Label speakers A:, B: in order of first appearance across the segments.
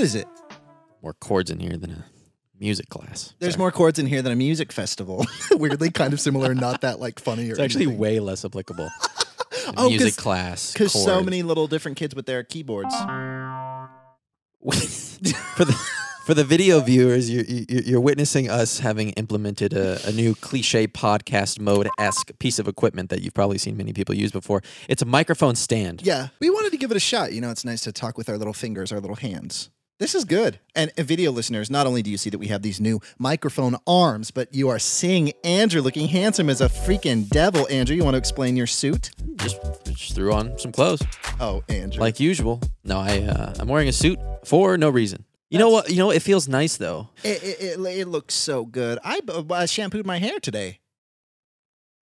A: is it?
B: More chords in here than a music class.
A: There's
B: Sorry.
A: more chords in here than a music festival. Weirdly, kind of similar, and not that like funny or
B: It's actually
A: anything.
B: way less applicable. A
A: Oh, 'cause-
B: music class.
A: because so
B: chords.
A: many little different kids with their keyboards.
B: for the for the video viewers, you're you're, you're witnessing us having implemented a, a new cliche podcast mode esque piece of equipment that you've probably seen many people use before. It's a microphone stand.
A: Yeah, we wanted to give it a shot. You know, it's nice to talk with our little fingers, our little hands. This is good. And uh, video listeners, not only do you see that we have these new microphone arms, but you are seeing Andrew looking handsome as a freaking devil. Andrew, you want to explain your suit?
B: Just, just threw on some clothes
A: Oh, Andrew.
B: like usual. No, I uh, I'm wearing a suit for no reason. You know what? You know what? it feels nice though.
A: it, it, it, it looks so good. I b- uh, shampooed my hair today.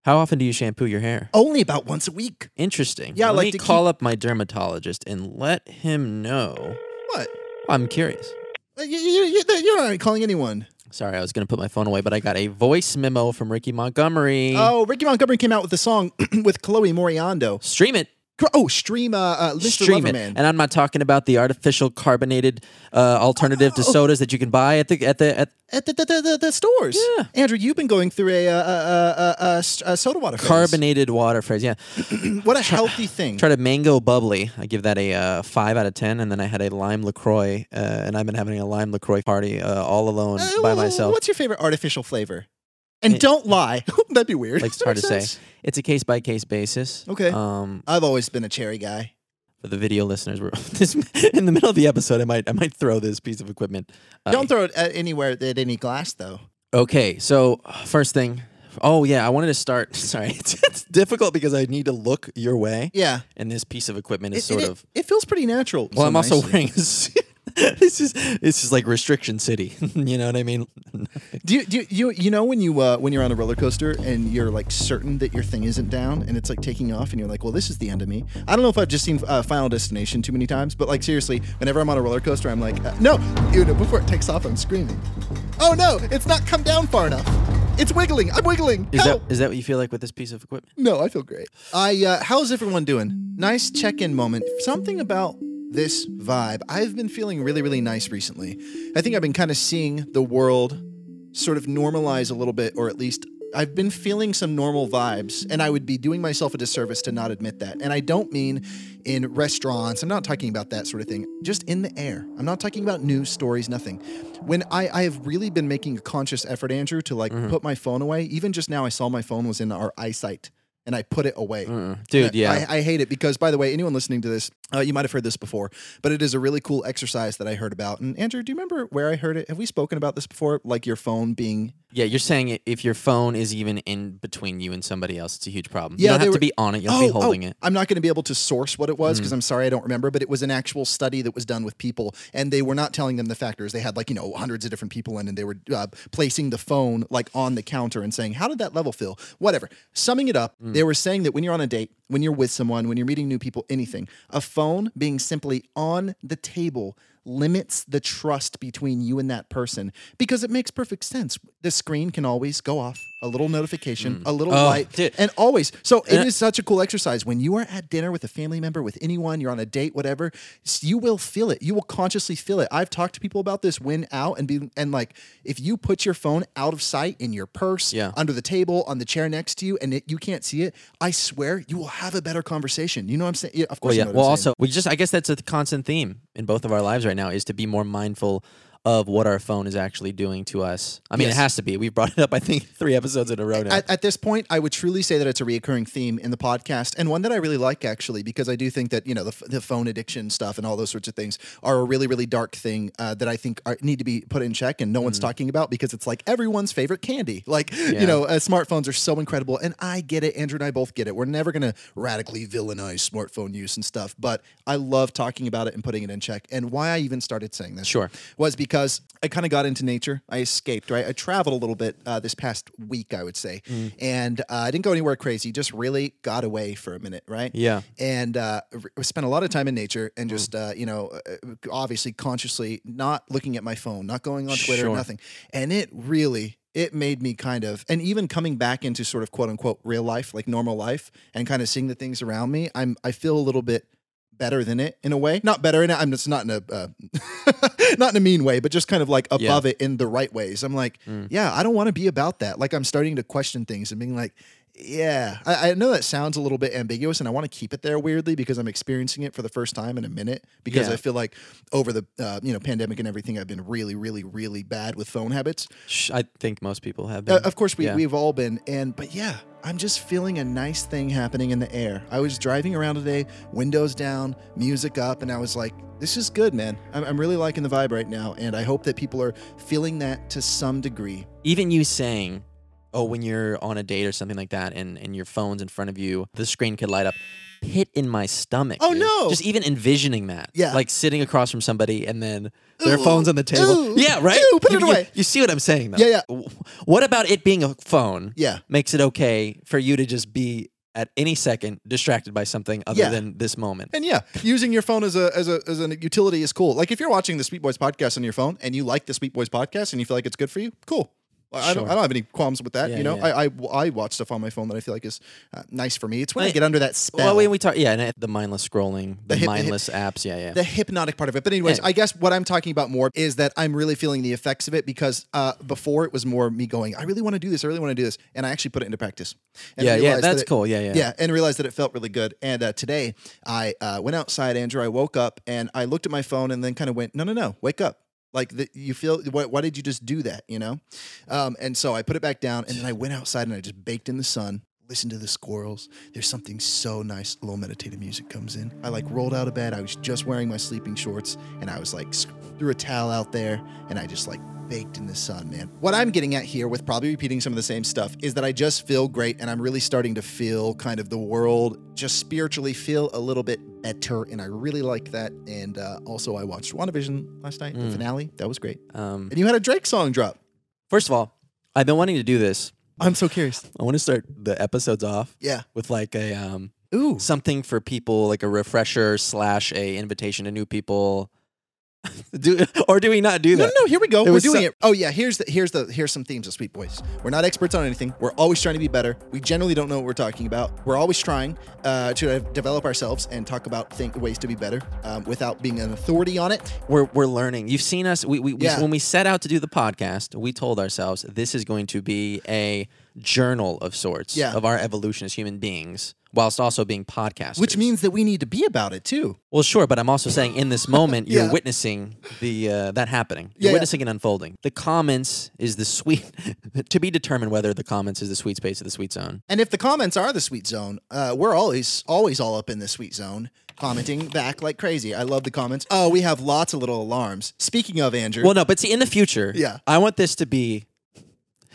B: How often do you shampoo your hair?
A: Only about once a week.
B: Interesting.
A: Yeah, I
B: let
A: like
B: me
A: to keep-
B: call up my dermatologist and let him know.
A: What?
B: I'm curious.
A: Uh, You, you, you, you're not calling anyone.
B: Sorry, I was going to put my phone away, but I got a voice memo from Ricky Montgomery.
A: Oh, Ricky Montgomery came out with a song with Chloe Moriando.
B: Stream it.
A: Cr- Oh, stream uh, uh, Mr.
B: Stream it.
A: Loverman.
B: And I'm not talking about the artificial carbonated uh, alternative to
A: Oh.
B: sodas that you can buy at the at the at
A: at the, the, the, the, the stores.
B: Yeah.
A: Andrew, you've been going through a, uh, uh, uh, uh, s- uh, soda water phase.
B: carbonated water phrase. Yeah.
A: What a healthy thing.
B: Tried a mango bubbly. I give that a uh, five out of ten. And then I had a lime Lacroix, uh, and I've been having a lime Lacroix party uh, all alone
A: Uh,
B: by
A: wh- wh-
B: myself.
A: What's your favorite artificial flavor? And
B: It-
A: don't lie. That'd be weird.
B: Like, it's
A: That
B: hard to
A: makes
B: say.
A: sense.
B: It's a case by case basis.
A: Okay.
B: Um,
A: I've always been a cherry guy.
B: for the video listeners, we're this, in the middle of the episode. I might I might throw this piece of equipment. Uh,
A: Don't throw it at anywhere at any glass, though.
B: Okay, so first thing. Oh yeah, I wanted to start. Sorry, it's, it's difficult because I need to look your way,
A: Yeah.
B: and this piece of equipment
A: It,
B: is sort
A: it,
B: of.
A: it feels pretty natural.
B: Well,
A: so
B: I'm also
A: nicely.
B: wearing. A suit. this is this is like restriction city. you know what I mean?
A: Do you, do you, you you know when you uh, when you're on a roller coaster and you're like certain that your thing isn't down and it's like taking off and you're like, well, this is the end of me. I don't know if I've just seen uh, Final Destination too many times, but like seriously, whenever I'm on a roller coaster, I'm like, uh, no, you know, before it takes off, I'm screaming. Oh no, it's not come down far enough. It's wiggling. I'm wiggling.
B: Is that
A: Help!
B: is that what you feel like with this piece of equipment?
A: No, I feel great. I uh, how's everyone doing? Nice check-in moment. Something about this vibe. I've been feeling really, really nice recently. I think I've been kind of seeing the world sort of normalize a little bit, or at least I've been feeling some normal vibes, and I would be doing myself a disservice to not admit that. And I don't mean in restaurants. I'm not talking about that sort of thing. Just in the air. I'm not talking about news stories, nothing. When I, I have really been making a conscious effort, Andrew, to like
B: Mm-hmm.
A: put my phone away. Even just now I saw my phone was in our eyesight and I put it away.
B: Dude, yeah.
A: I, I hate it because, by the way, anyone listening to this, uh, you might have heard this before, but it is a really cool exercise that I heard about. And Andrew, do you remember where I heard it? Have we spoken about this before? Like your phone being
B: yeah, you're saying i- if your phone is even in between you and somebody else, it's a huge problem.
A: Yeah,
B: you don't
A: they
B: have
A: were- Oh,
B: to be on it. You don't have to be holding it. Mm.
A: I'm not going to be able to source what it was because I'm sorry I don't remember, but it was an actual study that was done with people, and they were not telling them the factors. They had like you know hundreds of different people in, and they were uh, placing the phone like on the counter and saying, "How did that level feel?" Whatever. Summing it up,
B: Mm.
A: they were saying that when you're on a date, when you're with someone, when you're meeting new people, anything, a phone being simply on the table limits the trust between you and that person because it makes perfect sense. The screen can always go off, a little notification, a little
B: Oh,
A: light,
B: dude.
A: and always. So it
B: And-
A: is such a cool exercise. When you are at dinner with a family member, with anyone, you're on a date, whatever, s- you will feel it. You will consciously feel it. I've talked to people about this when out and be and like if you put your phone out of sight in your purse,
B: Yeah.
A: under the table, on the chair next to you, and it, you can't see it, I swear you will have a better conversation. You know what I'm saying? Yeah, of course.
B: Well,
A: you
B: yeah.
A: know what
B: Well,
A: I'm saying.
B: also, we just I guess that's a constant theme in both of our lives right now is to be more mindful of what our phone is actually doing to us. I mean,
A: Yes.
B: it has to be. We've brought it up, I think, three episodes in a row now.
A: at, at this point, I would truly say that it's a reoccurring theme in the podcast, and one that I really like actually, because I do think that you know the, f- the phone addiction stuff and all those sorts of things are a really really dark thing uh, that I think are, need to be put in check, and no one's talking about because it's like everyone's favorite candy. Like you
B: Yeah.
A: know, uh, smartphones are so incredible, and I get it. Andrew and I both get it. We're never gonna radically villainize smartphone use and stuff, but I love talking about it and putting it in check. And why I even started saying this,
B: Sure.
A: was because I kind of got into nature. I escaped, right? I traveled a little bit uh, this past week, I would say,
B: Mm.
A: and uh, I didn't go anywhere crazy. Just really got away for a minute, right?
B: Yeah. Mm.
A: and uh, r- spent a lot of time in nature and just uh, you know, uh, obviously consciously not looking at my phone, not going on Twitter,
B: Sure.
A: nothing, and it really. It made me kind of, and even coming back into sort of quote unquote real life, like normal life, and kind of seeing the things around me, I'm I feel a little bit better than it in a way. Not better in it. I'm just not in a uh, not in a mean way, but just kind of like above it in the right ways. I'm like, yeah, I don't want to be about that. Like I'm starting to question things and being like, yeah, I, I know that sounds a little bit ambiguous, and I want to keep it there weirdly because I'm experiencing it for the first time in a minute. Because
B: Yeah.
A: I feel like over the uh, you know pandemic and everything, I've been really, really, really bad with phone habits.
B: Sh- I think most people have
A: Uh,
B: been.
A: of course, we,
B: Yeah.
A: we've all been. And, but yeah, I'm just feeling a nice thing happening in the air. I was driving around today, windows down, music up, and I was like, this is good, man. I'm, I'm really liking the vibe right now. And I hope that people are feeling that to some degree.
B: Even you saying, oh, when you're on a date or something like that and, and your phone's in front of you, the screen could light up. Pit in my stomach.
A: Oh,
B: dude.
A: no.
B: Just even envisioning that.
A: Yeah.
B: Like sitting across from somebody and then their
A: Ooh.
B: phone's on the table.
A: Ooh.
B: Yeah, right?
A: Ew, put
B: you,
A: it
B: you-
A: away.
B: You, see what I'm saying, though?
A: Yeah, yeah.
B: W- What about it being a phone
A: Yeah.
B: makes it okay for you to just be at any second distracted by something other
A: Yeah.
B: than this moment?
A: And yeah, using your phone as a as a as a utility is cool. Like if you're watching the Sweet Boys podcast on your phone and you like the Sweet Boys podcast and you feel like it's good for you, cool. I I don't,
B: Sure.
A: I don't have any qualms with that.
B: Yeah,
A: you know,
B: yeah.
A: I, I I watch stuff on my phone that I feel like is uh, nice for me. It's when I,
B: I-
A: get under that spell.
B: Well, when we talk, yeah, and the mindless scrolling, the,
A: The hip-
B: mindless apps, yeah, yeah.
A: the hypnotic part of it. But anyways,
B: Yeah.
A: I guess what I'm talking about more is that I'm really feeling the effects of it because uh, before it was more me going, I really want to do this, I really want to do this, and I actually put it into practice. And
B: yeah, yeah,
A: realized that
B: that's
A: it-
B: cool. Yeah, yeah,
A: Yeah, and realized that it felt really good. And uh, today, I uh, went outside, Andrew. I woke up and I looked at my phone, and then kind of went, "No, no, no, wake up! Like the, you feel. Why, why did you just do that? You know?" Um, and so I put it back down, and then I went outside and I just baked in the sun. listened to the squirrels. There's something so nice. Little meditative music comes in. I like rolled out of bed. I was just wearing my sleeping shorts, and I was like s- threw a towel out there, and I just like baked in the sun, man. What I'm getting at here with probably repeating some of the same stuff is that I just feel great and I'm really starting to feel kind of the world just spiritually feel a little bit better. And I really like that. And uh, also, I watched WandaVision last night, the
B: Mm.
A: finale. That was great.
B: Um,
A: And you had a Drake song drop.
B: first of all, I've been wanting to do this.
A: I'm so curious.
B: I want to start the episodes off
A: Yeah.
B: with like a um,
A: Ooh.
B: something for people, like a refresher slash a invitation to new people. do or do we not do
A: No,
B: that?
A: no, no, here we
B: It
A: go. We're
B: was
A: doing
B: so-
A: it. Oh yeah, here's the here's the here's some themes of Sweet Boys. We're not experts on anything. We're always trying to be better. We generally don't know what we're talking about. We're always trying uh, to develop ourselves and talk about think ways to be better um, without being an authority on it.
B: We're we're learning. You've seen us. We, we, we-
A: Yeah.
B: when we set out to do the podcast, we told ourselves this is going to be a journal of sorts
A: Yeah.
B: of our evolution as human beings, whilst also being podcasters.
A: Which means that we need to be about it too.
B: Well, sure, but I'm also saying in this moment you're
A: Yeah.
B: witnessing the uh, that happening. You're
A: Yeah, yeah.
B: witnessing it unfolding. The comments is the sweet to be determined whether the comments is the sweet space or the sweet zone.
A: And if the comments are the sweet zone, uh, we're always always all up in the sweet zone, commenting back like crazy. I love the comments. Oh, we have lots of little alarms. Speaking of Andrew,
B: Well, no, but see, in the future,
A: Yeah.
B: I want this to be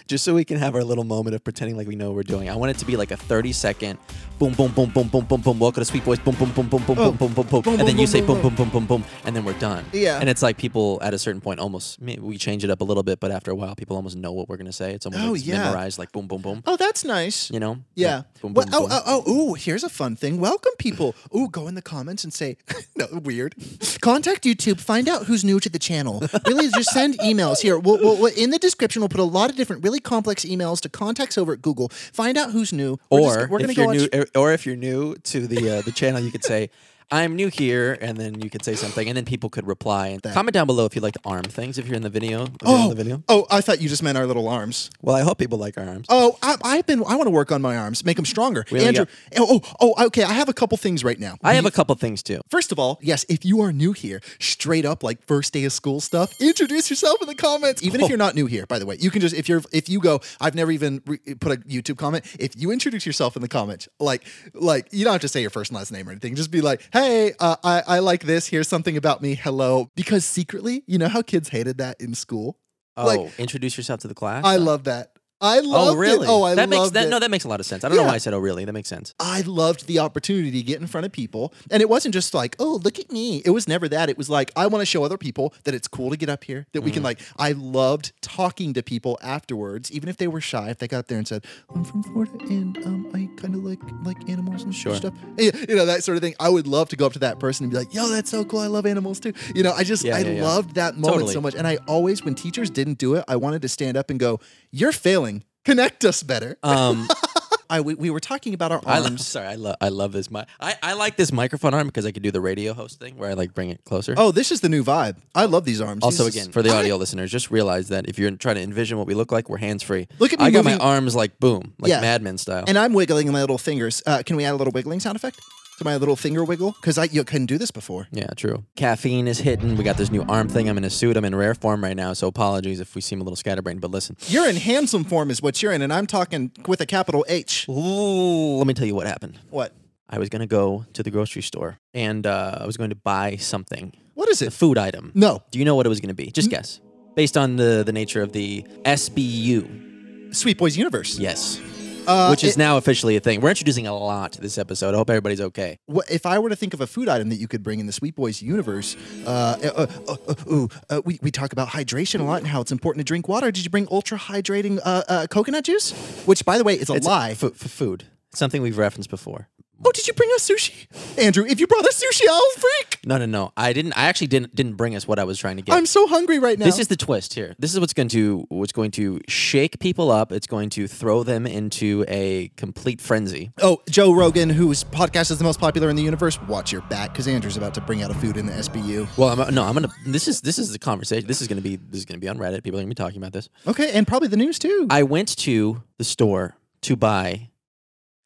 B: just so we can have our little moment of pretending like we know what we're doing. I want it to be like a 30 second boom, boom, boom, boom, boom, boom, boom. Welcome to Sweet Boys. Boom, boom, boom, boom, boom, boom, boom, boom, boom,
A: Oh. Boom,
B: and then
A: boom,
B: you
A: boom,
B: say boom,
A: boom,
B: boom, boom, boom, boom, and then we're done.
A: Yeah.
B: And it's like people at a certain point almost maybe we change it up a little bit, but after a while, people almost know what we're gonna say. It's almost
A: Oh,
B: like it's
A: yeah.
B: memorized, like boom, boom, boom.
A: oh, that's nice.
B: You know?
A: Yeah.
B: Boom,
A: Well,
B: boom,
A: oh,
B: boom.
A: oh, oh, ooh, here's a fun thing. Welcome people. Ooh, go in the comments and say, no, weird. Contact YouTube, find out who's new to the channel. Really, just send emails here. We'll, we'll, we'll- in the description, we'll put a lot of different really complex emails to contacts over at Google. Find out who's new. We're just-
B: Or
A: we're
B: if
A: go
B: you're
A: on-
B: new, er, or if you're new to the uh, the channel, you could say, "I'm new here," and then you could say something, and then people could reply. And comment down below if you like to arm things. If you're in the video, if you're on
A: Oh,
B: the video.
A: oh, I thought you just meant our little arms.
B: Well, I hope people like our arms.
A: Oh, I, I've been. I want to work on my arms, make them stronger.
B: only
A: Andrew. Oh, oh, oh, okay. I have a couple things right now.
B: I have a couple things too.
A: First of all, yes, if you are new here, straight up like first day of school stuff, introduce yourself in the comments. Even
B: Oh.
A: if you're not new here, by the way, you can just if you're if you go, I've never even re- put a YouTube comment. If you introduce yourself in the comments, like like you don't have to say your first and last name or anything. Just be like, hey, uh, I I like this. Here's something about me. Hello, because secretly, you know how kids hated that in school.
B: Oh,
A: Like-
B: introduce yourself to the class.
A: I love that. I love
B: Oh, really?
A: it. Oh, I
B: that makes
A: love
B: that.
A: it.
B: No, that makes a lot of sense. I don't know
A: Yeah.
B: why I said oh, really. That makes sense.
A: I loved the opportunity to get in front of people. And it wasn't just like, oh, look at me. It was never that. It was like, I want to show other people that it's cool to get up here, that we
B: Mm-hmm.
A: can like, I loved talking to people afterwards, even if they were shy, if they got up there and said, I'm from Florida and um, I kind of like like animals and
B: Sure.
A: stuff. Yeah, You know, that sort of thing. I would love to go up to that person and be like, yo, that's so cool. I love animals too. You know, I just,
B: Yeah,
A: I
B: yeah, yeah.
A: loved that moment
B: Totally.
A: so much. And I always, when teachers didn't do it, I wanted to stand up and go, you're failing. Connect us better.
B: Um,
A: I we, we were talking about our
B: I love,
A: arms.
B: sorry, I love I love this mic. I, I like this microphone arm because I could do the radio host thing where I like bring it closer.
A: Oh, this is the new vibe. I love these arms.
B: also,
A: These-
B: again, for the audio listeners, just realize that if you're trying to envision what we look like, we're hands free.
A: Look at me
B: I got
A: moving-
B: my arms like boom, like
A: Yeah.
B: Mad Men style.
A: and I'm wiggling my little fingers. Uh, can we add a little wiggling sound effect to my little finger wiggle? Because I you couldn't do this before.
B: yeah, true. Caffeine is hitting. We got this new arm thing. I'm in a suit. I'm in rare form right now, so apologies if we seem a little scatterbrained. But listen,
A: You're in handsome form, is what you're in, and I'm talking with a capital H.
B: Ooh, let me tell you what happened.
A: What?
B: I was gonna go to the grocery store and uh, I was going to buy something,
A: What is
B: a
A: it?
B: food item.
A: No,
B: Do you know what it was gonna be? Just guess, based on the the nature of the SBU.
A: Sweet Boys Universe.
B: Yes.
A: Uh,
B: Which is
A: it-
B: now officially a thing. We're introducing a lot this episode. I hope everybody's okay.
A: wha- if I were to think of a food item that you could bring in the Sweet Boys universe, uh, uh, uh, uh, ooh, uh, we, we talk about hydration a lot and how it's important to drink water. Did you bring ultra hydrating uh, uh, coconut juice? Which, by the way, is a lie.
B: For, for food. Something we've referenced before.
A: oh, did you bring us sushi? Andrew, if you brought us sushi, I'll freak.
B: No, no, no. I didn't I actually didn't didn't bring us what I was trying to get.
A: I'm so hungry right now.
B: This is the twist here. This is what's going to what's going to shake people up. It's going to throw them into a complete frenzy.
A: Oh, Joe Rogan, whose podcast is the most popular in the universe, watch your back because Andrew's about to bring out a food in the SBU.
B: Well, I'm, no, I'm gonna. This is this is the conversation. This is gonna be this is gonna be on Reddit. People are gonna be talking about this.
A: Okay, and probably the news too.
B: I went to the store to buy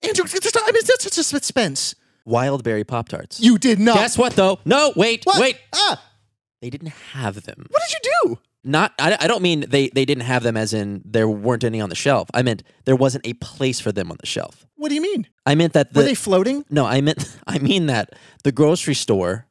A: Andrew, it's, it's, I mean, that's such a suspense.
B: wild berry pop tarts.
A: You did not.
B: Guess what though? No, wait,
A: What?
B: wait.
A: Ah,
B: They didn't have them.
A: what did you do?
B: Not. I, I don't mean they they didn't have them as in there weren't any on the shelf. I meant there wasn't a place for them on the shelf.
A: What do you mean?
B: I meant that the,
A: Were they floating?
B: no. I meant I mean that the grocery store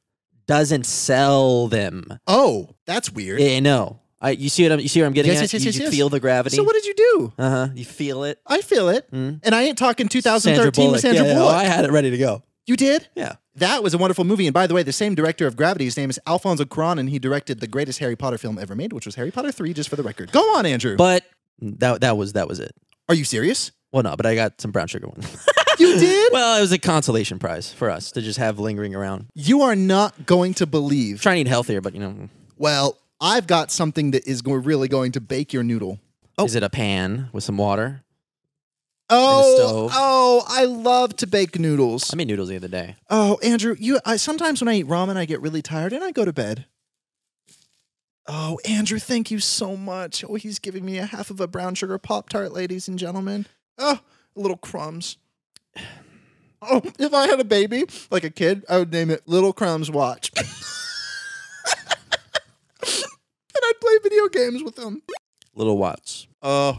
B: doesn't sell them.
A: Oh, that's weird.
B: Yeah, no. I, you see what I'm you see what I'm getting
A: Yes,
B: at?
A: yes, yes,
B: you,
A: yes,
B: you
A: yes.
B: feel the gravity.
A: So what did you do?
B: uh huh. You feel it.
A: I feel it,
B: Mm.
A: and I ain't talking 2013 with Hmm? Sandra
B: yeah, yeah,
A: Bullock.
B: I had it ready to go.
A: you did?
B: Yeah.
A: That was a wonderful movie, and by the way, the same director of Gravity, his name is Alfonso Cuarón, and he directed the greatest Harry Potter film ever made, which was Harry Potter 3, just for the record. Go on, Andrew.
B: But that that was that was it.
A: Are you serious?
B: Well, no, but I got some brown sugar one.
A: You did?
B: well, it was a consolation prize for us to just have lingering around.
A: you are not going to believe.
B: trying to eat healthier, but you know,
A: Well, I've got something that is go- really going to bake your noodle.
B: is it a pan with some water?
A: Oh,
B: stove.
A: oh, I love to bake noodles.
B: I made noodles the other day.
A: Oh, Andrew, you I, sometimes when I eat ramen, I get really tired and I go to bed. Oh, Andrew, thank you so much. Oh, he's giving me a half of a brown sugar pop tart, ladies and gentlemen. Oh, little crumbs. Oh, if I had a baby, like a kid, I would name it Little Crumbs Watch. and I'd play video games with him.
B: Little Watts.
A: Oh,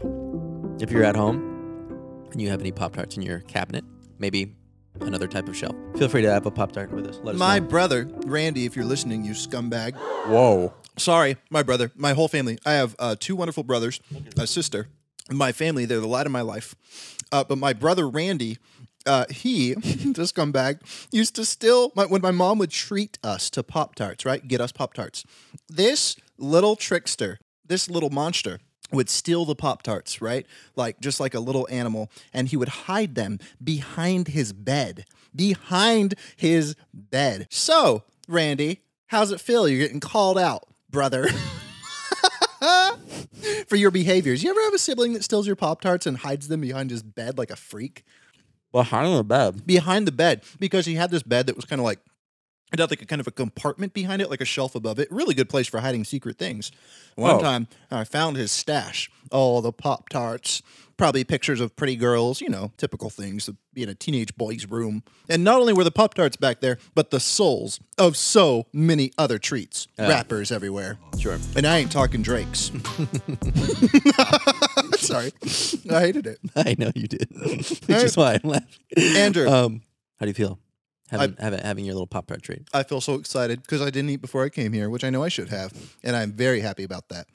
B: If you're at home and you have any Pop Tarts in your cabinet, maybe another type of shelf, feel free to have a Pop Tart with us. Let us
A: my
B: know.
A: brother, Randy, if you're listening, you scumbag.
B: Whoa.
A: Sorry, my brother, my whole family. I have uh, two wonderful brothers, a sister. My family, they're the light of my life. Uh, but my brother Randy, uh, he, this scumbag, used to still, my, when my mom would treat us to Pop Tarts, right? Get us Pop Tarts. This little trickster, this little monster, would steal the Pop Tarts, right? Like, just like a little animal. And he would hide them behind his bed. Behind his bed. So, Randy, how's it feel? You're getting called out, brother. For your behaviors. You ever have a sibling that steals your Pop Tarts and hides them behind his bed like a freak?
B: Well, how in the bed?
A: behind the bed because he had this bed that was kind of like it had like a kind of a compartment behind it, like a shelf above it. Really good place for hiding secret things. One
B: Oh.
A: time, I found his stash, all the pop tarts, probably pictures of pretty girls, you know, typical things of being a teenage boy's room. And not only were the pop tarts back there, but the souls of so many other treats, wrappers everywhere.
B: Sure.
A: And I ain't talking Drake's. Sorry, I hated it.
B: I know you did, which is why I'm laughing.
A: Andrew.
B: Um, how do you feel? Having, having, having your little Pop Tart treat.
A: I feel so excited because I didn't eat before I came here, which I know I should have, and I'm very happy about that.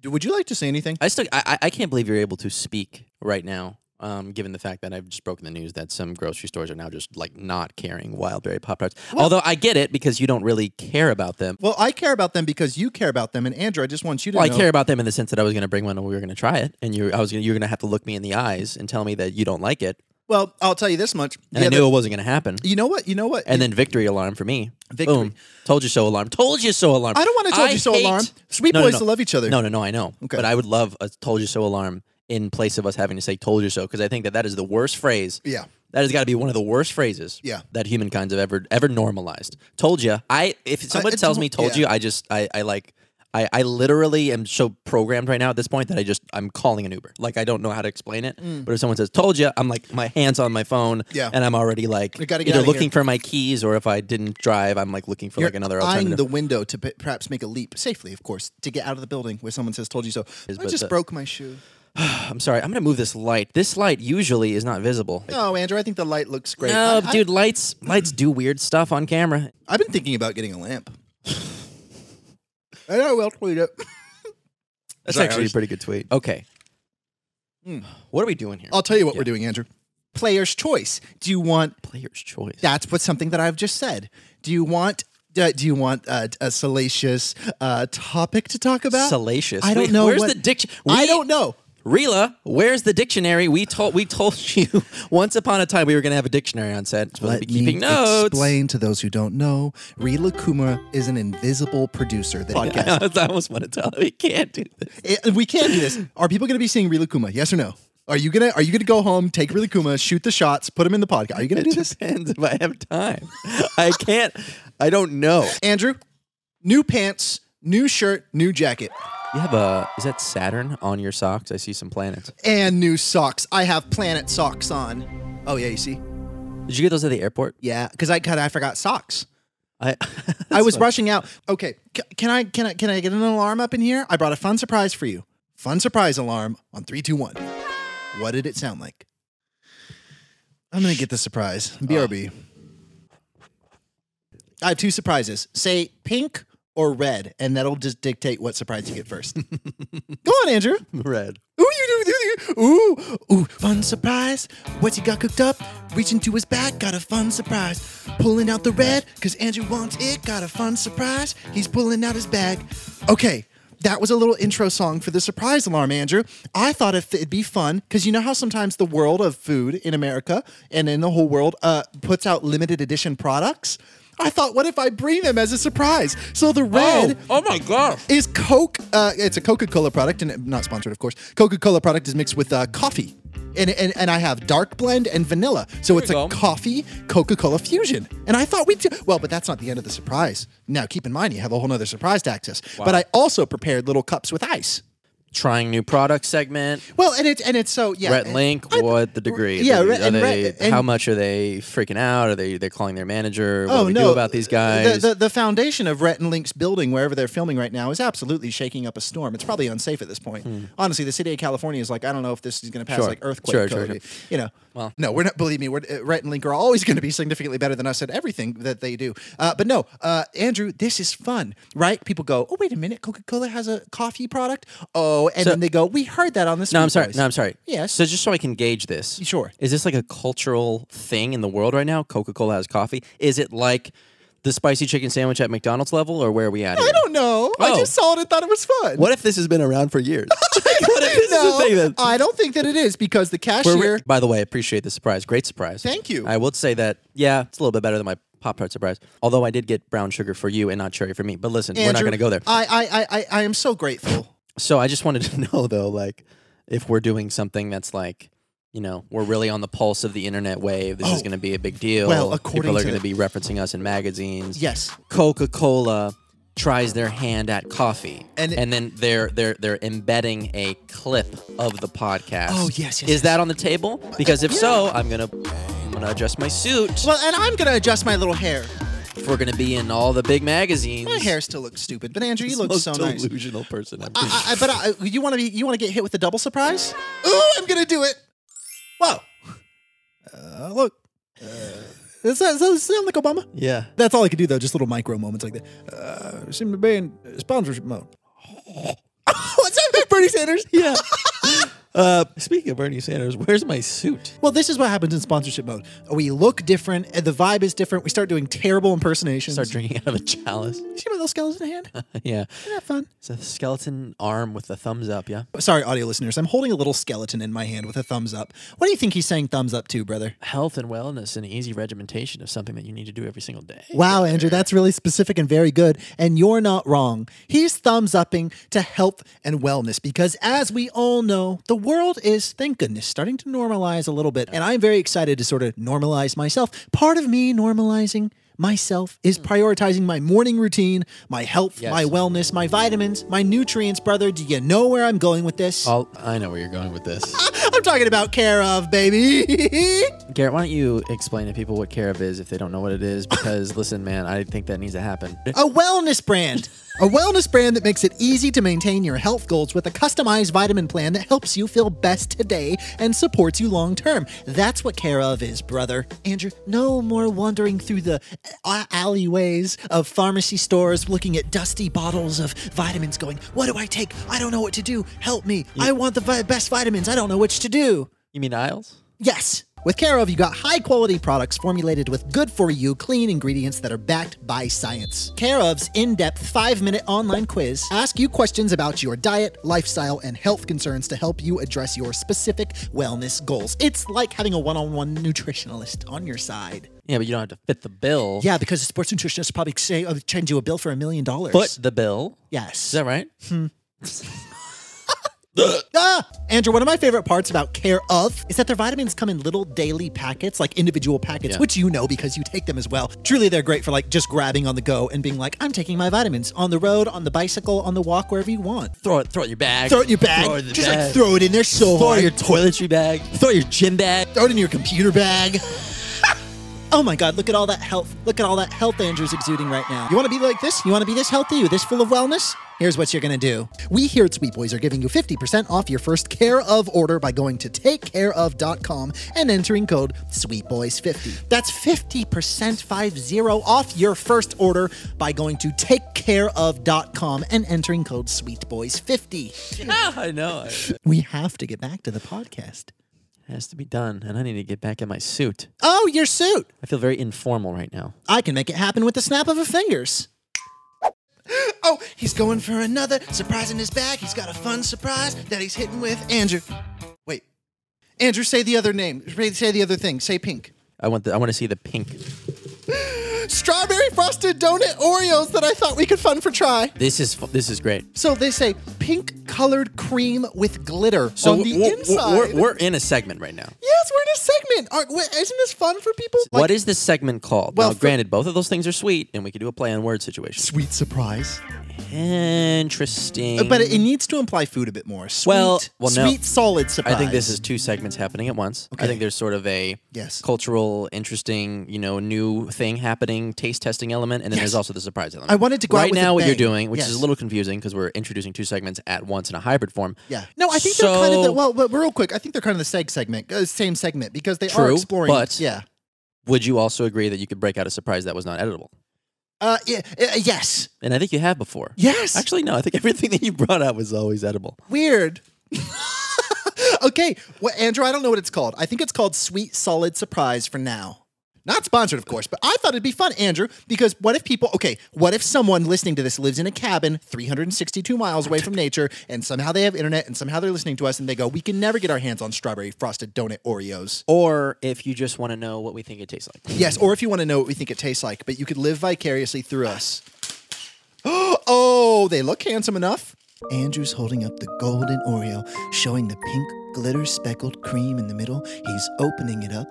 A: Do- Would you like to say anything?
B: I still, I, I I can't believe you're able to speak right now, um, given the fact that I've just broken the news that some grocery stores are now just like not carrying wild berry pop tarts. Although I get it because you don't really care about them.
A: Well, I care about them because you care about them, and Andrew, I just want you to
B: Well, I
A: know.
B: care about them in the sense that I was going to bring one and we were going to try it, and you, I was, gonna, you were going to have to look me in the eyes and tell me that you don't like it,
A: Well, I'll tell you this much.
B: and
A: Yeah,
B: I knew it wasn't going to happen.
A: the- you know what? You know what?
B: And then victory alarm for me.
A: Victory.
B: Boom. Told you so alarm. Told you so alarm.
A: I don't want to told
B: I
A: you so
B: hate-
A: alarm. Sweet
B: No, no,
A: boys
B: no.
A: to love each other.
B: No, no, no. I know.
A: Okay.
B: But I would love a told you so alarm in place of us having to say told you so because I think that that is the worst phrase.
A: Yeah.
B: That has got to be one of the worst phrases
A: Yeah.
B: that humankind's have ever ever normalized. Told you. I if someone
A: I
B: tells me
A: don't-
B: told you, I just I I like I I literally am so programmed right now at this point that I just I'm calling an Uber. Like I don't know how to explain it. But if someone says told you, I'm like my hands on my phone
A: Mm. Yeah.
B: and I'm already like
A: I gotta get
B: either
A: outta here.
B: looking for my keys or if I didn't drive, I'm like looking for like another
A: eyeing
B: alternative.
A: the window to p- perhaps make a leap safely, of course, to get out of the building where someone says "told you so." I
B: but
A: just
B: the-
A: broke my shoe.
B: I'm sorry. I'm going to move this light. This light usually is not visible.
A: No, Andrew, I think the light looks great.
B: No,
A: I- I-
B: dude, lights lights do weird stuff on camera.
A: I've been thinking about getting a lamp. and I will tweet it.
B: That's
A: Sorry, I
B: actually
A: was-
B: a pretty good tweet. Hmm. Okay. What are we doing here?
A: I'll tell you what we're doing, Andrew. Player's choice. Do you want?
B: Player's choice.
A: That's what something that I've just said. Do you want? Uh, do you want uh, a salacious uh, topic to talk about?
B: Salacious.
A: I don't
B: Wait,
A: know.
B: Where's
A: what-
B: the dictionary?
A: I don't know.
B: Rila, where's the dictionary? We told we told you once upon a time we were going to have a dictionary on set. It's supposed
A: Let
B: to be keeping
A: me
B: notes.
A: explain to those who don't know. Rila Kumar is an invisible producer. That
B: I, know, that's- I almost want to tell him we can't do this.
A: Eh, we can't do this. Are people going to be seeing Rila Kumar? Yes or no? Are you gonna Are you gonna go home, take Rila Kumar, shoot the shots, put them in the podcast? Are you gonna do this,
B: Depends if I have time. I can't. I don't know.
A: Andrew? New pants, new shirt, new jacket,
B: You have a is that Saturn on your socks? I see some planets.
A: and new socks. I have planet socks on. Oh yeah, you see?
B: Did you get those at the airport?
A: Yeah, because I kind I forgot socks.
B: I
A: I was rushing out. Okay, c- can I can I can I get an alarm up in here? I brought a fun surprise for you. Fun surprise alarm on three, two, one. What did it sound like? I'm gonna get the surprise. BRB. I have two surprises. Say pink or red, and that'll just dictate what surprise you get first. Go on, Andrew.
B: red.
A: Ooh, you do, do, do. Ooh, ooh, fun surprise. What's he got cooked up? Reaching to his back, got a fun surprise. Pulling out the red, cause Andrew wants it, got a fun surprise. He's pulling out his bag. Okay, that was a little intro song for the surprise alarm, Andrew. I thought if it'd be fun, cause you know how sometimes the world of food in America and in the whole world uh, puts out limited edition products? I thought, what if I bring them as a surprise? So the red
B: Oh, oh my gosh.
A: is Coke. Uh, it's a Coca Cola product, and not sponsored, of course. Coca Cola product is mixed with uh, coffee, and, and and I have dark blend and vanilla, so it's a
B: you go.
A: coffee Coca Cola fusion. And I thought we'd do well, but that's not the end of the surprise. Now, keep in mind, you have a whole nother surprise to access. But I also prepared little cups with ice.
B: Trying new product segment.
A: Well, and it's and it's so yeah.
B: Rent
A: and
B: link.
A: I-
B: what the degree?
A: yeah,
B: Are
A: Rhett-
B: they-
A: and
B: are they-
A: Rhett- and-
B: how much are they freaking out? Are they? They're calling their manager. What do we do about these
A: Oh, The-
B: guys?
A: The, the, foundation of Rhett and Link's building, wherever they're filming right now, is absolutely shaking up a storm. It's probably unsafe at this point. Honestly, the city of California is like, I don't know if this is going to pass
B: Hmm. Sure.
A: like earthquake
B: Sure, sure,
A: code. You know, no, we're not. Believe me, we're, uh, Rhett and Link are always going to be significantly better than us at everything that they do. Uh, but no, uh, Andrew, this is fun, right? People go, oh wait a minute, Coca Cola has a coffee product. Oh, and then they go, we heard that on this.
B: no, I'm sorry. No, I'm sorry.
A: Yes.
B: So just so I can gauge this.
A: Sure.
B: Is this like a cultural thing in the world right now? Coca-Cola has coffee. Is it like the spicy chicken sandwich at McDonald's level, or where are we at?
A: I don't know. I
B: Oh.
A: just saw it and thought it was fun.
B: What if this has been around for years? what if this is
A: No, Oh,
B: a thing that
A: I don't think that it is because the cashier.
B: We're- By the way, I appreciate the surprise. Great surprise.
A: Thank you.
B: I will say that, yeah, it's a little bit better than my Pop Tart surprise. Although I did get brown sugar for you and not cherry for me. But listen, we're not
A: Andrew,
B: going to go there.
A: I, I, I, I, I am so grateful.
B: So I just wanted to know, though, like, if we're doing something that's like, you know, we're really on the pulse of the internet wave. This
A: Oh.
B: is going to be a big deal.
A: Well, according
B: People are
A: to
B: going
A: the-
B: to be referencing us in magazines.
A: Yes.
B: Coca Cola tries their hand at coffee,
A: And
B: and,
A: it-
B: then they're they're they're embedding a clip of the podcast.
A: Oh, yes, yes,
B: Is
A: yes.
B: that on the table? Because if so, I'm gonna I'm gonna adjust my suit.
A: Well, and I'm gonna adjust my little hair.
B: If we're gonna be in all the big magazines.
A: My hair still looks stupid, but Andrew, you
B: This
A: look
B: most
A: so nice.
B: delusional person. Ever.
A: I, I, but I, you want to be, you want to get hit with a double surprise? Ooh, I'm gonna do it. Whoa. Uh, look. Uh, does, that, does that sound like Obama?
B: yeah.
A: That's all I could do though, just little micro moments like that. Uh, seem to be in sponsorship mode. What's that, Bernie Sanders?
B: Yeah. Uh, speaking of Bernie Sanders, where's my suit?
A: Well, this is what happens in sponsorship mode. We look different, and the vibe is different. We start doing terrible impersonations.
B: Start drinking out of a chalice.
A: You see my little skeleton hand? Isn't
B: yeah.
A: that fun?
B: It's a skeleton arm with a thumbs up. Yeah.
A: Sorry, audio listeners. I'm holding a little skeleton in my hand with a thumbs up. What do you think he's saying thumbs up to, brother?
B: Health and wellness and easy regimentation of something that you need to do every single day.
A: Wow, Andrew, that's really specific and very good. And you're not wrong. He's thumbs upping to health and wellness because, as we all know, the world is, thank goodness, starting to normalize a little bit. And I'm very excited to sort of normalize myself. Part of me normalizing myself is prioritizing my morning routine, my health,
B: Yes.
A: my wellness, my vitamins, my nutrients, brother. Do you know where I'm going with this?
B: I'll, I know where you're going with this.
A: I'm talking about care of, baby.
B: Garrett, why don't you explain to people what Care of is if they don't know what it is? Because listen, man, I think that needs to happen.
A: A wellness brand. A wellness brand that makes it easy to maintain your health goals with a customized vitamin plan that helps you feel best today and supports you long term. That's what Care of is, brother. Andrew, no more wandering through the uh, alleyways of pharmacy stores looking at dusty bottles of vitamins going, What do I take? I don't know what to do. Help me. I want the vi- best vitamins. I don't know which to do.
B: You mean Isles?
A: Yes. With Care of, you got high quality products formulated with good for you, clean ingredients that are backed by science. Care of's in depth five minute online quiz asks you questions about your diet, lifestyle, and health concerns to help you address your specific wellness goals. It's like having a one on one nutritionalist on your side.
B: Yeah, but you don't have to fit the bill.
A: Yeah, because the sports nutritionist probably say, oh, send you a bill for a million dollars.
B: Foot the bill. Is
A: Yes.
B: that right?
A: Ah! Andrew, one of my favorite parts about Care of is that their vitamins come in little daily packets, like individual packets,
B: Yeah.
A: which you know because you take them as well. Truly, they're great for like just grabbing on the go and being like, I'm taking my vitamins on the road, on the bicycle, on the walk, wherever you want.
B: Throw it, throw it in your bag.
A: Throw it in your bag.
B: Throw it in the
A: just
B: bag.
A: like throw it in there so
B: Throw it
A: hard.
B: in your toiletry bag. Throw it in your gym bag.
A: throw it in your computer bag. Oh my God, look at all that health. Look at all that health Andrew's exuding right now. You want to be like this? You want to be this healthy? You this full of wellness? Here's what you're going to do. We here at Sweet Boys are giving you 50% off your first Care of order by going to takecareof.com and entering code SweetBoys50. That's 50% 50 off your first order by going to takecareof.com and entering code SweetBoys50.
B: Ah, I know. It
A: We have to get back to the podcast.
B: has to be done, and I need to get back in my suit.
A: Oh, your suit.
B: I feel very informal right now.
A: I can make it happen with the snap of a fingers. Oh, he's going for another surprise in his bag. He's got a fun surprise that he's hitting with Andrew.
C: Wait. Andrew, say the other name. Say- Say the other thing. Say pink.
B: I want the, I want to see the pink.
C: Strawberry frosted donut Oreos that I thought we could fun for try.
B: This is fu- this is great.
C: So they say pink colored cream with glitter
B: So
C: on the
B: we're, we're-
C: inside.
B: We're, we're in a segment right now.
C: yes, we're in a segment. Aren't, we- isn't this fun for people?
B: what is this segment called?
C: Well,
B: now,
C: for-
B: granted, both of those things are sweet, and we could do a play on word situation.
C: sweet surprise.
B: Interesting.
C: But it, it needs to imply food a bit more. Sweet,
B: Well- well, no.
C: sweet solid surprise.
B: I think this is two segments happening at once. I
C: Okay.
B: think there's sort of a
C: Yes.
B: cultural, interesting, you know, new thing happening, taste testing element, and then there's also the surprise element.
C: I wanted to go out
B: right
C: with a
B: now. What you're
C: bang.
B: doing, which is
C: Yes.
B: a little confusing because we're introducing two segments at once in a hybrid form.
C: Yeah. No, I think they're kind of the, well, but real quick, I think they're kind of the seg segment, uh, same segment because they are
B: True,
C: exploring.
B: but-
C: yeah.
B: Would you also agree that you could break out a surprise that was not editable?
C: Uh, yeah, uh, yes.
B: And I think you have before.
C: Yes.
B: Actually, no. I think everything that you brought out was always edible.
C: Weird. okay. Well, Andrew, I don't know what it's called. I think it's called Sweet Solid Surprise for now. Not sponsored, of course, but I thought it'd be fun, Andrew, because what if people, okay, what if someone listening to this lives in a cabin 362 miles away from nature and somehow they have internet and somehow they're listening to us and they go, we can never get our hands on strawberry frosted donut Oreos.
B: Or if you just want to know what we think it tastes like.
C: Yes, or if you want to know what we think it tastes like, but you could live vicariously through us. oh, they look handsome enough.
A: Andrew's holding up the golden Oreo, showing the pink, glitter speckled cream in the middle. He's opening it up.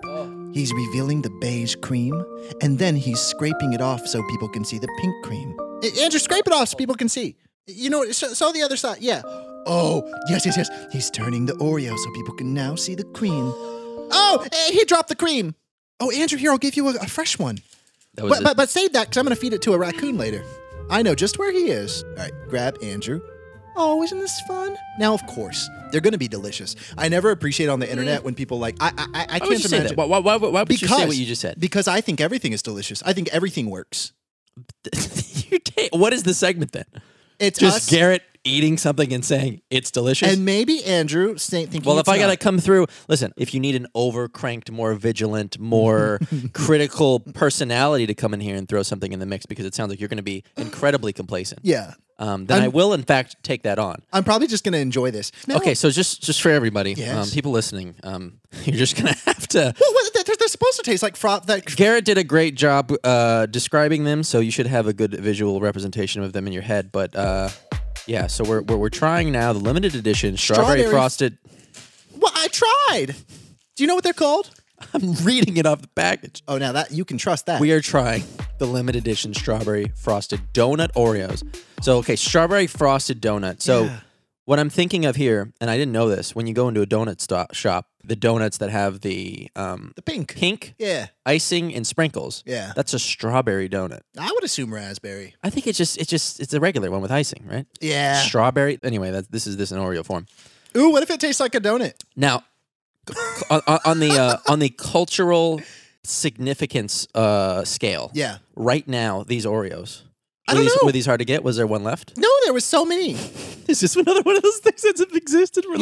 A: He's revealing the beige cream, and then he's scraping it off so people can see the pink cream.
C: A- Andrew, scrape it off so people can see. You know, so, so the other side. Yeah.
A: Oh, yes, yes, yes. He's turning the Oreo so people can now see the cream.
C: Oh, eh, he dropped the cream. Oh, Andrew, here, I'll give you a, a fresh one.
B: That was
C: But,
B: it.
C: but, but save that because I'm going to feed it to a raccoon later. I know just where he is. All right, grab Andrew. Oh, isn't this fun? Now, of course, they're going to be delicious. I never appreciate on the internet when people like, I, I, I, I
B: why
C: can't
B: would you say
C: imagine.
B: that? Why, why, why, why would
C: because
B: you say what you just said?
C: Because I think everything is delicious. I think everything works.
B: you ta- what is the segment then?
C: It's
B: Just
C: us
B: Garrett eating something and saying it's delicious.
C: and maybe Andrew say- thinking.
B: well, if
C: it's
B: I gotta
C: not.
B: come through, listen. If you need an over cranked, more vigilant, more critical personality to come in here and throw something in the mix, because it sounds like you're gonna be incredibly complacent,
C: yeah,
B: um, then i will, in fact, take that on.
C: I'm probably just gonna enjoy this.
A: Oh.
C: No,
B: Okay, so just just for everybody, um,
C: Yes.
B: people listening, um, you're just gonna have to.
C: Well, what, they're, they're supposed to taste like froth. That
B: Garrett did a great job uh, describing them, so you should have a good visual representation of them in your head. But uh, yeah, so we're, we're we're trying now the limited edition strawberry,
C: Strawberry-
B: frosted.
A: Well, I tried. Do you know what they're called?
B: I'm reading it off the package.
A: Oh, now that you can trust that.
B: We are trying the limited edition strawberry frosted donut Oreos. So, okay, strawberry frosted donut. So,
A: Yeah.
B: what I'm thinking of here, and I didn't know this, when you go into a donut sto- shop, the donuts that have the um,
A: the pink.
B: pink
A: Yeah,
B: icing and sprinkles,
A: yeah.
B: that's a strawberry donut.
A: I would assume raspberry.
B: I think it's just it's just it's a regular one with icing, right?
A: Yeah.
B: Strawberry. Anyway, that's, this is this in Oreo form.
A: Ooh, what if it tastes like a donut?
B: Now, on, on- on the uh, on the cultural significance uh, scale,
A: Yeah.
B: right now these Oreos.
A: I
B: were
A: don't
B: these,
A: know.
B: Were these hard to get? Was there one left?
A: No, there was so many.
B: Is this another one of those things that's existed for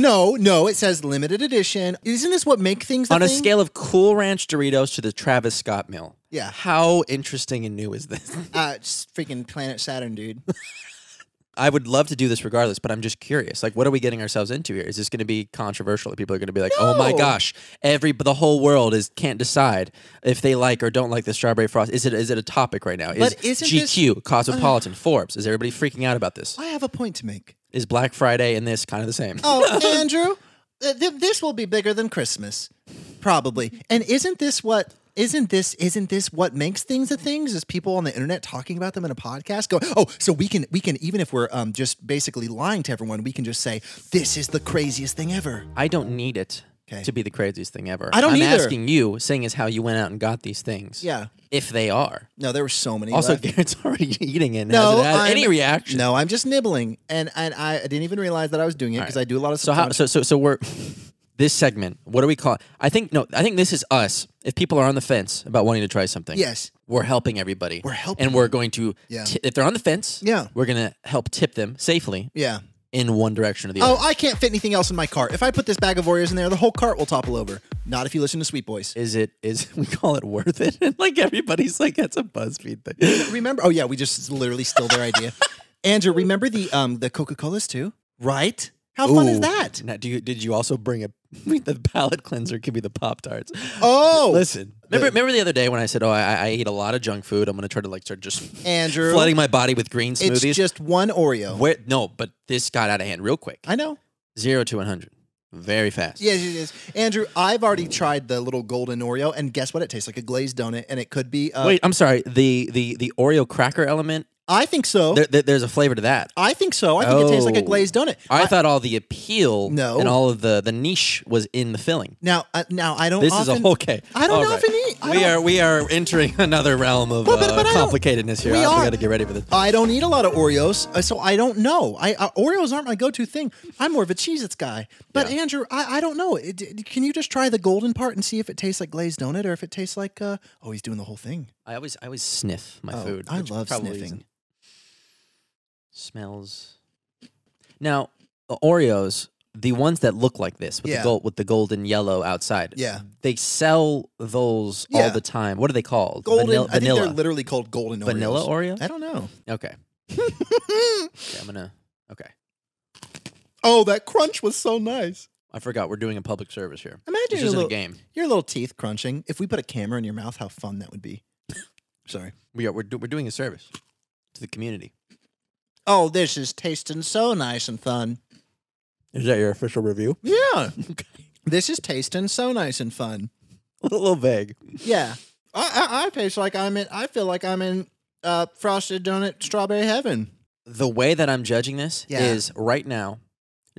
A: No, no, it says limited edition. Isn't this what make things the
B: On a
A: thing?
B: scale of Cool Ranch Doritos to the Travis Scott Mill,
A: Yeah.
B: how interesting and new is this?
A: Uh, it's freaking planet Saturn, dude.
B: I would love to do this regardless, but I'm just curious. Like, what are we getting ourselves into here? Is this going to be controversial? People are going to be like, "Oh my
A: No.
B: gosh, every the whole world is can't decide if they like or don't like the strawberry frost." Is it is it a topic right now?
A: But
B: is
A: isn't this-
B: GQ, Cosmopolitan, Forbes? Is everybody freaking out about this?
A: I have a point to make.
B: Is Black Friday and this kind of the same?
A: Oh, Andrew, th- th- this will be bigger than Christmas, probably. And isn't this what? Isn't this isn't this what makes things a things? Is people on the internet talking about them in a podcast? Go, oh, so we can we can even if we're um, just basically lying to everyone, we can just say this is the craziest thing ever.
B: I don't need it
A: 'Kay.
B: to be the craziest thing ever.
A: I don't
B: I'm
A: either.
B: asking you, seeing as how you went out and got these things.
A: Yeah.
B: If they are.
A: No, there were so many.
B: Also,
A: left.
B: Garrett's already eating it. and
A: no,
B: hasn't had
A: I'm-
B: any reaction.
A: No, I'm just nibbling, and and I didn't even realize that I was doing it because I do a lot of
B: So how?
A: subconscious-
B: So so so we're this segment. What do we call? It? I think no. I think this is us. If people are on the fence about wanting to try something,
A: Yes.
B: we're helping everybody.
A: We're helping
B: and we're going to.
A: Yeah.
B: ti- if they're on the fence,
A: Yeah.
B: we're gonna help tip them safely
A: yeah.
B: in one direction or the
A: Oh,
B: other.
A: I can't fit anything else in my cart. If I put this bag of Oreos in there, the whole cart will topple over. Not if you listen to Sweet Boys.
B: Is it? Is we call it worth it? And like everybody's like, that's a BuzzFeed thing.
A: Remember? Oh yeah, we just literally stole their idea. Andrew, remember the um the Coca Colas too, right? How fun is
B: Ooh.
A: that?
B: Now, do you did you also bring a the palate cleanser? Could be the Pop Tarts.
A: Oh,
B: Listen, remember, remember the other day when I said, "Oh, I, I eat a lot of junk food. I'm gonna try to like start just
A: Andrew,
B: flooding my body with green
A: it's
B: smoothies."
A: just one Oreo.
B: Where, no, but this got out of hand real quick.
A: I know.
B: Zero to 100. Very fast.
A: Yes, yes, yes. Andrew, I've already tried the little golden Oreo, and guess what? It tastes like a glazed donut, and it could be. Uh,
B: Wait, I'm sorry. The the the Oreo cracker element.
A: I think so.
B: There, there- there's a flavor to that.
A: I think so. I think it tastes like a
B: Oh.
A: glazed donut.
B: I, thought all the appeal
A: No.
B: and all of the the niche was in the filling.
A: now, uh, now I don't.
B: This
A: often,
B: is a okay.
A: I don't
B: All
A: often eat- I
B: we
A: don't-
B: are we are entering another realm of
A: But- but- but
B: uh,
A: I don't-
B: complicatedness here.
A: we
B: I-
A: are.
B: got to get ready for this.
A: I don't eat a lot of Oreos, uh, so I don't know. I uh, Oreos aren't my go-to thing. I'm more of a Cheez-Its guy. But
B: Yeah.
A: Andrew, I, I don't know. It- it- can you just try the golden part and see if it tastes like glazed donut or if it tastes like? Uh, oh, he's doing the whole thing.
B: I always I always sniff my
A: Oh,
B: food.
A: I
B: which
A: love
B: probably
A: sniffing.
B: isn't- Smells. Now the Oreos, the ones that look like this with
A: Yeah.
B: the gold with the golden yellow outside.
A: Yeah.
B: they sell those
A: Yeah.
B: all the time. What are they called?
A: Golden.
B: Vanil-
A: I think
B: vanilla.
A: they're literally called golden Oreos.
B: vanilla Oreo.
A: I don't know.
B: Okay. okay. I'm gonna. Okay.
A: Oh, that crunch was so nice.
B: I forgot we're doing a public service here.
A: Imagine
B: This
A: your
B: isn't a
A: little,
B: game.
A: your little teeth crunching. If we put a camera in your mouth, how fun that would be. Sorry.
B: We are. We're, do, we're doing a service to the community.
A: Oh, this is tasting so nice and fun.
B: Is that your official review?
A: Yeah.
B: Okay.
A: This is tasting so nice and fun.
B: a little vague.
A: Yeah. I, I, I taste like I'm in, I feel like I'm in uh, frosted donut strawberry heaven.
B: the way that I'm judging this
A: Yeah.
B: is right now,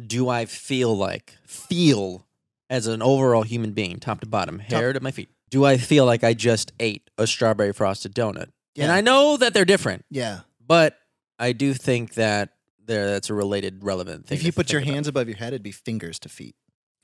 B: do I feel like feel as an overall human being, top to bottom, hair to my feet? Do I feel like I just ate a strawberry frosted donut?
A: Yeah.
B: And I know that they're different,
A: Yeah.
B: but I do think that there that's a related relevant thing.
A: If you
B: to
A: put your
B: think about.
A: hands above your head, it'd be fingers to feet.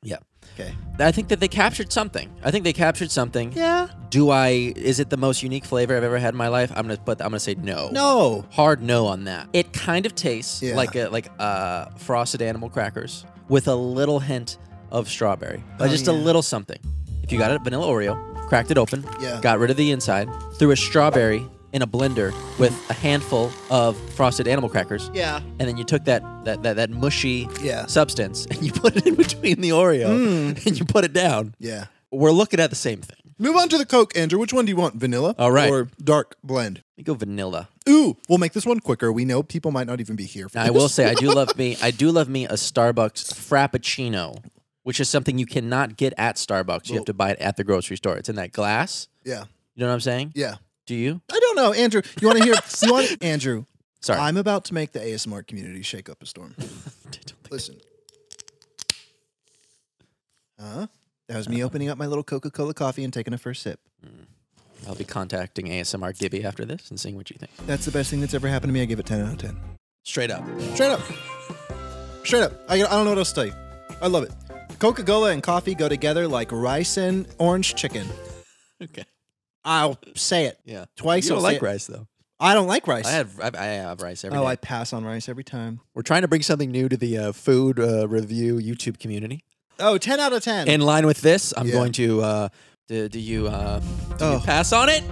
B: Yeah.
A: Okay.
B: I think that they captured something. I think they captured something.
A: Yeah.
B: Do I is it the most unique flavor I've ever had in my life? I'm gonna put I'm gonna say no.
A: No.
B: hard no on that. It kind of tastes
A: Yeah.
B: like a, like uh, frosted animal crackers with a little hint of strawberry, Like,
A: Oh,
B: just a
A: yeah.
B: little something. If you got a vanilla Oreo, cracked it open,
A: Yeah.
B: got rid of the inside, threw a strawberry in a blender with a handful of frosted animal crackers,
A: Yeah.
B: and then you took that that that, that mushy
A: Yeah. Mm.
B: substance and you put it in between the Oreo and you put it down.
A: Yeah.
B: We're looking at the same thing.
A: Move on to the Coke, Andrew. Which one do you want? Vanilla
B: All right.
A: or dark blend?
B: Let me go vanilla.
A: Ooh, we'll make this one quicker. We know people might not even be here for
B: Now,
A: this.
B: I will say I do love me I do love me a Starbucks Frappuccino which is something you cannot get at Starbucks. You have to buy it at the grocery store. It's in that glass.
A: Yeah.
B: You know what I'm saying?
A: Yeah.
B: Do you?
A: I don't know, Andrew. You want to hear? you want Andrew?
B: Sorry.
A: I'm about to make the ASMR community shake up a storm.
B: I don't think-
A: Listen. Huh? That was me opening up my little Coca-Cola coffee and taking a first sip.
B: I'll be contacting ASMR Gibby after this and seeing what you think.
A: That's the best thing that's ever happened to me. I give it 10 out of 10.
B: Straight up.
A: Straight up. Straight up. I, I don't know what else to tell you. I love it. Coca Cola and coffee go together like rice and orange chicken.
B: Okay.
A: I'll say it.
B: Yeah.
A: Twice
B: You don't
A: I'll
B: like
A: say it.
B: rice though.
A: I don't like rice.
B: I have I, I have rice every day.
A: oh, I pass on rice every time.
B: We're trying to bring something new to the uh, food uh, review YouTube community.
A: Oh, 10 out of 10.
B: In line with this, I'm
A: Yeah.
B: going to. Uh, do, do you uh, do
A: Oh.
B: you pass on it,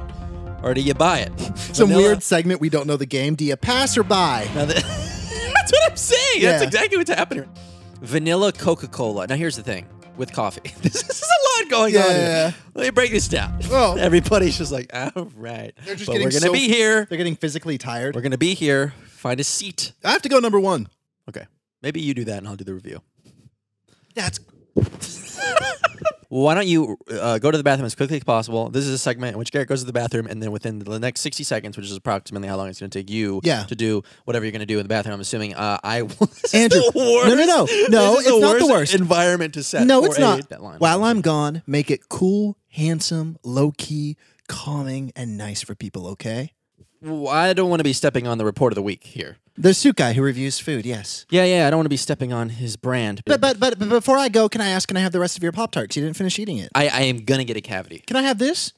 B: or do you buy it?
A: Some
B: Vanilla.
A: weird segment we don't know the game. Do you pass or buy?
B: Now that- that's what I'm saying. That's
A: Yeah.
B: exactly what's happening. Vanilla Coca-Cola. Now here's the thing with coffee. this, is a lot going on.
A: Yeah.
B: Here. Let me break this down.
A: Well-
B: Everybody's just like, all right,
A: They're just
B: but we're
A: getting
B: gonna
A: so-
B: be here.
A: They're getting physically tired.
B: We're gonna be here. Find a seat.
A: I have to go number one.
B: Okay. Maybe you do that, and I'll do the review.
A: That's
B: Why don't you uh, go to the bathroom as quickly as possible? This is a segment in which Garrett goes to the bathroom, and then within the next 60 seconds, which is approximately how long it's going to take you
A: Yeah.
B: to do whatever you're going to do in the bathroom, I'm assuming uh, I will. This is
A: Andrew,
B: the
A: no, no, no.
B: worst-
A: No,
B: this is
A: it's not the worst.
B: environment to set.
A: no,
B: for
A: it's
B: a-
A: not.
B: that line.
A: While I'm gone, make it cool, handsome, low key, calming, and nice for people. Okay.
B: Well, I don't want to be stepping on the report of the week here.
A: The suit guy who reviews food. Yes.
B: Yeah, yeah, I don't want to be stepping on his brand.
A: But but but, but before I go, can I ask? Can I have the rest of your pop tart? Because you didn't finish eating it.
B: I, I am going to get a cavity.
A: Can I have this?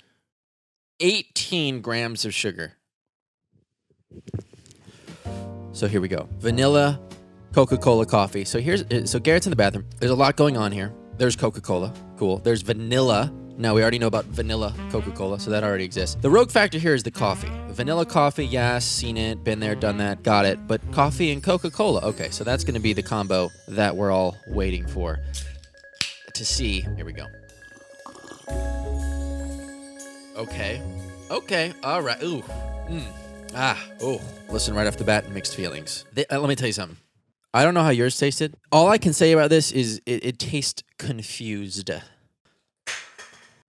B: 18 grams of sugar. So here we go. Vanilla Coca-Cola coffee. So here's uh, so Garrett's in the bathroom. There's a lot going on here. There's Coca-Cola. Cool. There's vanilla. Now we already know about vanilla Coca-Cola, so that already exists. The rogue factor here is the coffee. Vanilla coffee, yes, seen it, been there, done that, got it. But coffee and Coca-Cola. Okay, so that's going to be the combo that we're all waiting for to see. Here we go. Okay. Okay. All right. Ooh. Mm. Ah. Oh. Listen right off the bat, mixed feelings. They, uh, let me tell you something. I don't know how yours tasted. All I can say about this is it, it tastes confused.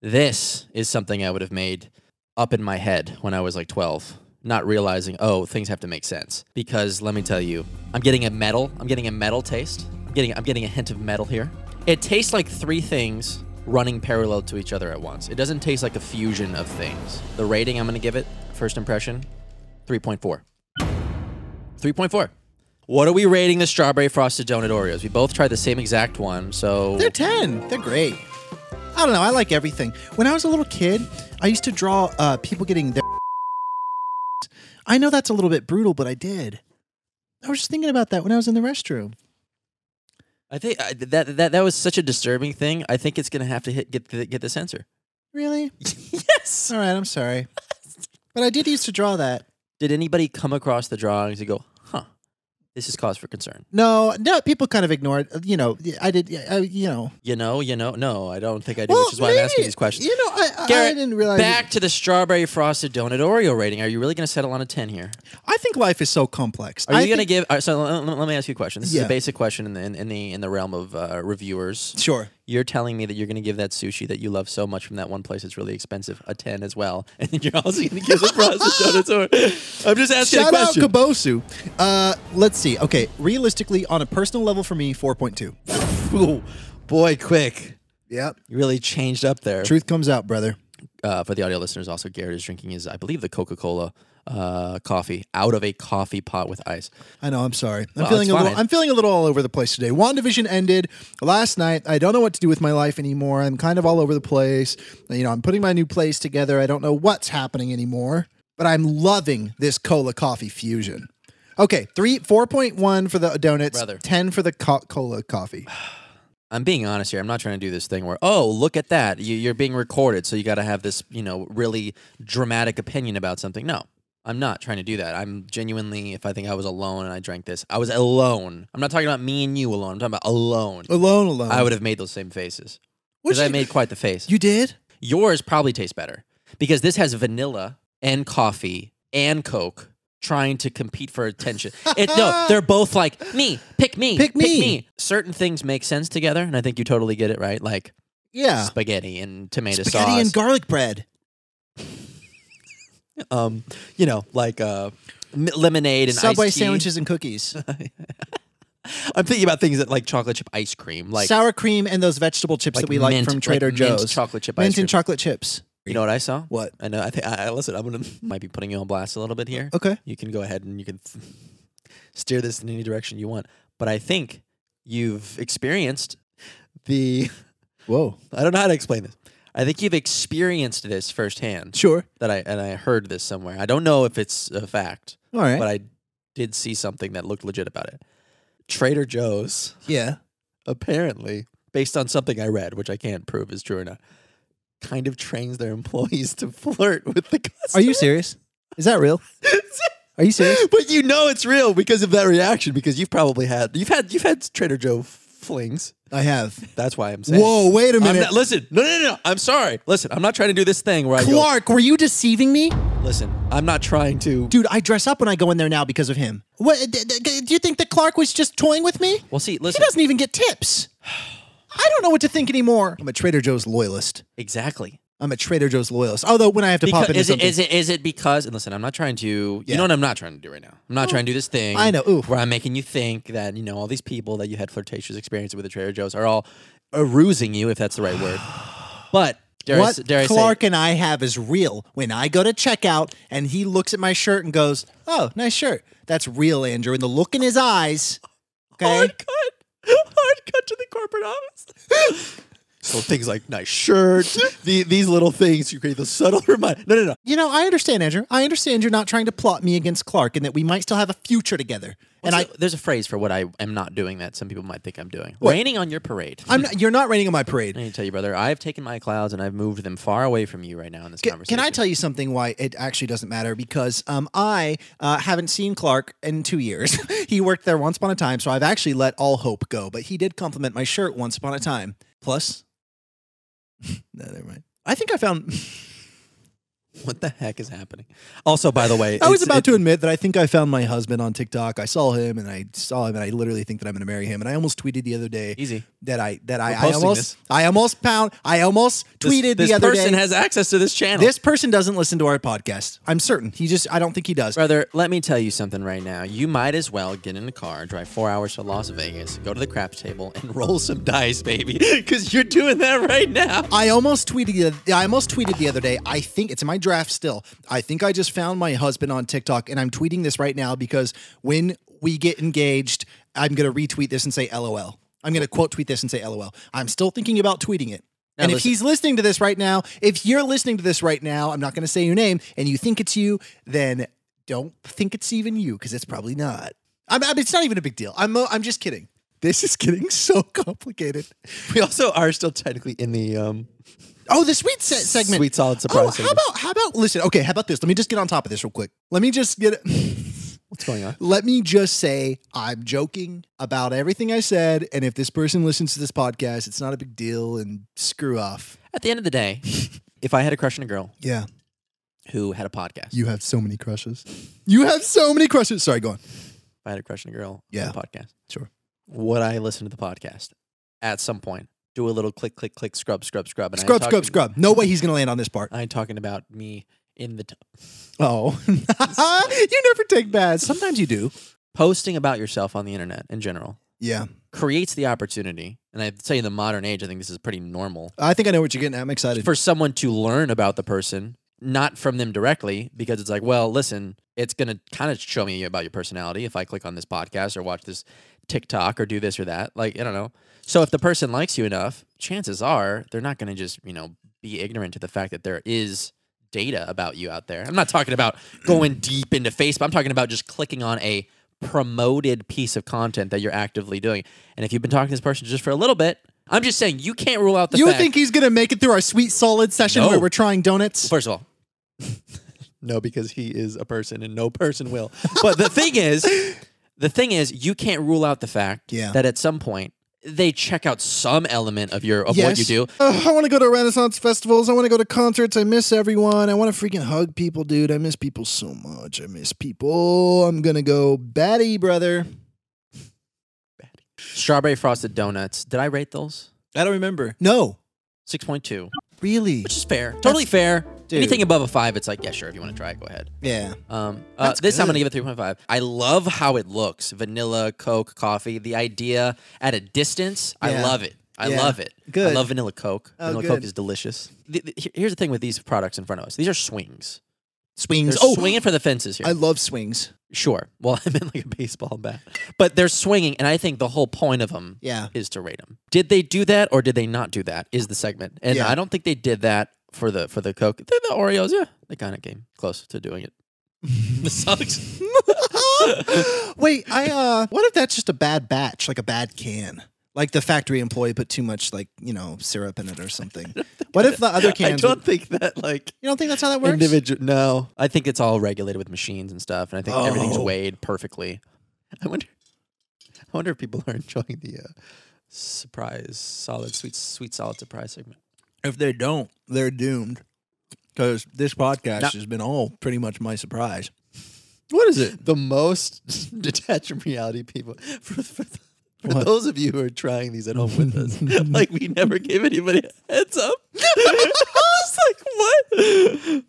B: This is something I would have made up in my head when I was like 12, not realizing, oh, things have to make sense. Because let me tell you, I'm getting a metal. I'm getting a metal taste. I'm getting, I'm getting a hint of metal here. It tastes like three things running parallel to each other at once. It doesn't taste like a fusion of things. The rating I'm going to give it, first impression, 3.4. 3.4. What are we rating the strawberry frosted donut Oreos? We both tried the same exact one, so
A: They're ten. They're great. I don't know. I like everything. When I was a little kid, I used to draw uh, people getting their. I know that's a little bit brutal, but I did. I was just thinking about that when I was in the restroom.
B: I think I, that that that was such a disturbing thing. I think it's gonna have to hit get the, get the censor.
A: Really?
B: yes.
A: All right, I'm sorry. But I did used to draw that.
B: Did anybody come across the drawings and go, huh? This is cause for concern.
A: No, no, people kind of ignore it. You know, I did, I, you know.
B: You know, you know, no, I don't think I do, which is why I'm asking
A: maybe-
B: these questions.
A: You know, I, I- I
B: Garrett,
A: didn't realize.
B: Back to the strawberry frosted donut Oreo rating. Are you really gonna settle on a ten here?
A: I think life is so complex.
B: Are you
A: I
B: gonna
A: think-
B: give? all right, So let, let- let me ask you a question. This is
A: Yeah.
B: a basic question in the in, in the in the realm of uh, reviewers.
A: Sure.
B: You're telling me that you're gonna give that sushi that you love so much from that one place that's really expensive a ten as well, and you're also gonna give the frosted donuts. Oreo. I'm just asking a
A: Shout out
B: question.
A: Kabosu. Uh, let's see. Okay, realistically, on a personal level for me, 4.2.
B: Ooh, boy, quick.
A: Yep.
B: You really changed up there.
A: Truth comes out, brother.
B: Uh, for the audio listeners, also, Garrett is drinking his, I believe, the Coca Cola uh, coffee out of a coffee pot with ice.
A: I know. I'm sorry. I'm
B: Well,
A: feeling
B: it's
A: a little.
B: fine.
A: I'm feeling a little all over the place today. Wandavision ended last night. I don't know what to do with my life anymore. I'm kind of all over the place. You know, I'm putting my new plays together. I don't know what's happening anymore. But I'm loving this cola coffee fusion. Okay, three, four point one for the donuts,
B: Brother.
A: ten for the co- cola coffee.
B: I'm being honest here. I'm not trying to do this thing where, oh, look at that. You, you're being recorded. So you got to have this, you know, really dramatic opinion about something. No, I'm not trying to do that. I'm genuinely, if I think I was alone and I drank this, I was alone. I'm not talking about me and you alone. I'm talking about alone.
A: Alone, alone.
B: I would have made those same faces.
A: Which
B: Because I
A: you-
B: made quite the face.
A: You did?
B: Yours probably tastes better because this has vanilla and coffee and Coke trying to compete for attention. It, no, they're both like me, pick me,
A: Pick me."
B: Certain things make sense together, and I think you totally get it right. Like
A: Yeah.
B: spaghetti and tomato
A: Spaghetti
B: sauce.
A: and garlic bread.
B: um, you know, like uh, m- lemonade and
A: Subway
B: iced tea.
A: sandwiches and cookies.
B: I'm thinking about things that like chocolate chip ice cream, like
A: sour cream and those vegetable chips
B: like
A: that we like
B: mint-
A: from Trader
B: like mint
A: Joe's.
B: chocolate chip ice
A: mint
B: cream.
A: and chocolate chips.
B: you know what I saw?
A: What?
B: I know. I think. I, I listen. I'm gonna might be putting you on blast a little bit here.
A: Okay.
B: You can go ahead and you can steer this in any direction you want. But I think you've experienced the.
A: Whoa.
B: I don't know how to explain this. I think you've experienced this firsthand.
A: Sure.
B: That I and I heard this somewhere. I don't know if it's a fact,
A: All right.
B: but I did see something that looked legit about it. Trader Joe's
A: yeah.
B: apparently, based on something I read, which I can't prove is true or not, kind of trains their employees to flirt with the
A: Are
B: customer.
A: you serious? Is that real? Are you serious?
B: but you know it's real because of that reaction. Because you've probably had you've had you've had Trader Joe flings.
A: I have.
B: That's why I'm saying.
A: Whoa, wait a
B: I'm
A: minute.
B: not, listen, no, no, no, no. I'm sorry. Listen, I'm not trying to do this thing where I
A: Clark, were you deceiving me?
B: go. Listen, I'm not trying to.
A: Dude, I dress up when I go in there now because of him. What d- d- d- do you think that Clark was just toying with me?
B: Well, see,
A: He
B: listen.
A: doesn't even get tips. I don't know what to think anymore. I'm a Trader Joe's loyalist.
B: Exactly.
A: I'm a Trader Joe's loyalist. Although when I have to pop
B: Because,
A: into
B: is it
A: something,
B: is it is it because? And listen, I'm not trying to.
A: Yeah.
B: You know what I'm not trying to do right now. I'm not trying to do this thing.
A: I know, ooh.
B: Where I'm making you think that you know all these people that you had flirtatious experience with at Trader Joe's are all arousing you, if that's the right word. But dare I, s-
A: what
B: dare I say,
A: Clark and I have is real. When I go to checkout and he looks at my shirt and goes, "Oh, nice shirt." That's real, Andrew. And the look in his eyes. Okay.
B: Hard cut. Hard cut to the corporate office. so things like nice shirt, the, these little things, you create those subtle remind. No, no, no.
A: You know, I understand, Andrew. I understand you're not trying to plot me against Clark and that we might still have a future together.
B: And
A: and I,
B: there's a phrase for what I am not doing that some people might think I'm doing. Raining on your parade.
A: I'm not, you're not raining on my parade.
B: I need to tell you, brother, I've taken my clouds and I've moved them far away from you right now in this
A: Ca-
B: conversation.
A: Can I tell you something why it actually doesn't matter? Because um, I uh, haven't seen Clark in two years. he worked there once upon a time, so I've actually let all hope go. But he did compliment my shirt once upon a time. Plus, no, never mind. I think I found.
B: What the heck is happening? Also, by the way,
A: I
B: it's-
A: was about
B: it-
A: to admit that I think I found my husband on TikTok. I saw him and I saw him, and I literally think that I'm going to marry him. And I almost tweeted the other day
B: Easy.
A: that I that
B: We're
A: I, I
B: posting
A: almost
B: this.
A: I almost pound I almost
B: This-
A: tweeted
B: this
A: the other
B: person
A: day.
B: has access to this channel.
A: this person doesn't listen to our podcast. I'm certain. He just I don't think he does.
B: Brother, let me tell you something right now. You might as well get in the car, drive four hours to Las Vegas, go to the craps table, and roll some dice, baby, because you're doing that right now.
A: I almost tweeted. the- I almost tweeted the other day. I think it's in my draft still. I think I just found my husband on TikTok, and I'm tweeting this right now because when we get engaged, I'm gonna retweet this and say LOL. I'm gonna quote tweet this and say LOL. I'm still thinking about tweeting it.
B: Now
A: and if
B: listen.
A: he's listening to this right now, if you're listening to this right now, I'm not gonna say your name, and you think it's you, then don't think it's even you because it's probably not. I'm, I'm- it's not even a big deal. I'm. uh, I'm just kidding. This is getting so complicated.
B: We also are still technically in the um,
A: Oh, the sweet se- segment.
B: sweet solid surprise.
A: Oh, how
B: segment.
A: about how about listen? Okay, how about this? Let me just get on top of this real quick. Let me just get.
B: What's going on?
A: Let me just say I'm joking about everything I said, and if this person listens to this podcast, it's not a big deal. And screw off.
B: At the end of the day, if I had a crush on a girl
A: Yeah,
B: who had a podcast,
A: you have so many crushes. You have so many crushes. Sorry, go on.
B: if I had a crush on a girl
A: Yeah.
B: with a podcast,
A: Sure.
B: would I listen to the podcast at some point? Do a little click, click, click, scrub, scrub, scrub. And I ain't
A: Scrub, scrub,
B: talking-
A: scrub. No way he's gonna land on this part.
B: I ain't talking about me in the t-
A: Oh, you never take baths. Sometimes you do.
B: posting about yourself on the internet in general.
A: Yeah,
B: creates the opportunity, and I'd say in the modern age, I think this is pretty normal
A: I think I know what you're getting. at. I'm excited.
B: for someone to learn about the person, not from them directly, because it's like, well, listen, it's gonna kind of show me about your personality if I click on this podcast or watch this TikTok or do this or that. Like, I don't know. So if the person likes you enough, chances are they're not gonna just you know be ignorant to the fact that there is data about you out there. I'm not talking about going deep into Facebook. I'm talking about just clicking on a promoted piece of content that you're actively doing. And if you've been talking to this person just for a little bit, I'm just saying you can't rule out the
A: you
B: fact
A: think he's gonna make it through our sweet solid session
B: No.
A: where we're trying donuts?
B: First of all, no, because he is a person and no person will. But the thing is, the thing is, you can't rule out the fact
A: Yeah.
B: that at some point they check out some element of your of what you
A: Yes.
B: do.
A: Ugh, I want to go to Renaissance festivals. I want to go to concerts. I miss everyone. I want to freaking hug people, dude. I miss people so much. I miss people. I'm gonna go batty, brother.
B: Strawberry frosted donuts. Did I rate those?
A: I don't remember.
D: No,
B: Six point two,
D: really.
B: which is fair, totally fair.
A: Dude.
B: Anything above a five, it's like yeah, sure. If you want to try it, go ahead.
D: Yeah.
B: Um, uh,
A: That's
B: this time I'm
A: good.
B: gonna give it 3.5. I love how it looks: vanilla, Coke, coffee. The idea at a distance, I
A: Yeah.
B: love it. I
A: Yeah.
B: love it. I
A: Good.
B: love vanilla Coke.
A: Oh,
B: vanilla Coke
A: good.
B: is delicious. The, the- here- here's the thing with these products in front of us: these are swings. They're
A: Swings. Oh,
B: swinging for the fences here.
A: I love swings.
B: sure. Well, I meant like a baseball bat, but they're swinging, and I think the whole point of them
D: Yeah.
B: is to rate them. Did they do that or did they not do that? Is the segment, and
A: Yeah.
B: I don't think they did that for the for the Coke. The, the Oreos, yeah, they kind of came close to doing it. this sucks.
D: Wait, I uh what if that's just a bad batch, like a bad can?
A: Like the factory employee put too much, like you know, syrup in it or something. What if the other
B: I
A: cans?
B: don't think that like
A: you don't think that's how that works?
B: individual. No, I think it's all regulated with machines and stuff, and I think everything's
A: Oh.
B: weighed perfectly. I wonder. I wonder if people are enjoying the uh, surprise solid sweet sweet solid surprise segment.
A: If they don't, they're doomed. Because this podcast
B: No.
A: has been all pretty much my surprise. What is it?
B: The most detached from reality people. For, for, for those of you who are trying these at home with us, like we never gave anybody a heads up. I was like, what?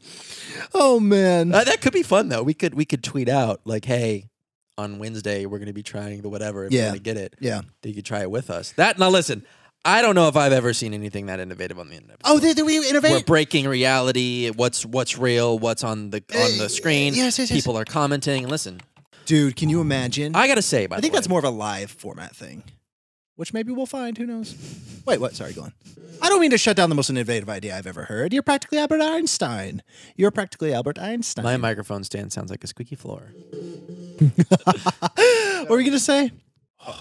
A: Oh man.
B: Uh, that could be fun though. We could we could tweet out like, "Hey, on Wednesday we're going to be trying the whatever. If you
A: Yeah.
B: want to get it,
A: yeah.
B: that you could try it with us." That now listen, I don't know if I've ever seen anything that innovative on the internet.
D: Oh, they, they we
B: We're
D: innovate.
B: breaking reality. What's what's real? What's on the on the screen?
D: Eh, yes, yes, yes.
B: People are commenting. Listen,
A: Dude, can you imagine?
B: I gotta say, by
D: I
B: the
D: think
B: way,
D: that's more of a live format thing.
A: Which maybe we'll find. Who knows?
D: Wait, what? Sorry, go on. I don't mean to shut down the most innovative idea I've ever heard. You're practically Albert Einstein. You're practically Albert Einstein.
B: my microphone stand sounds like a squeaky floor.
D: what were you gonna say?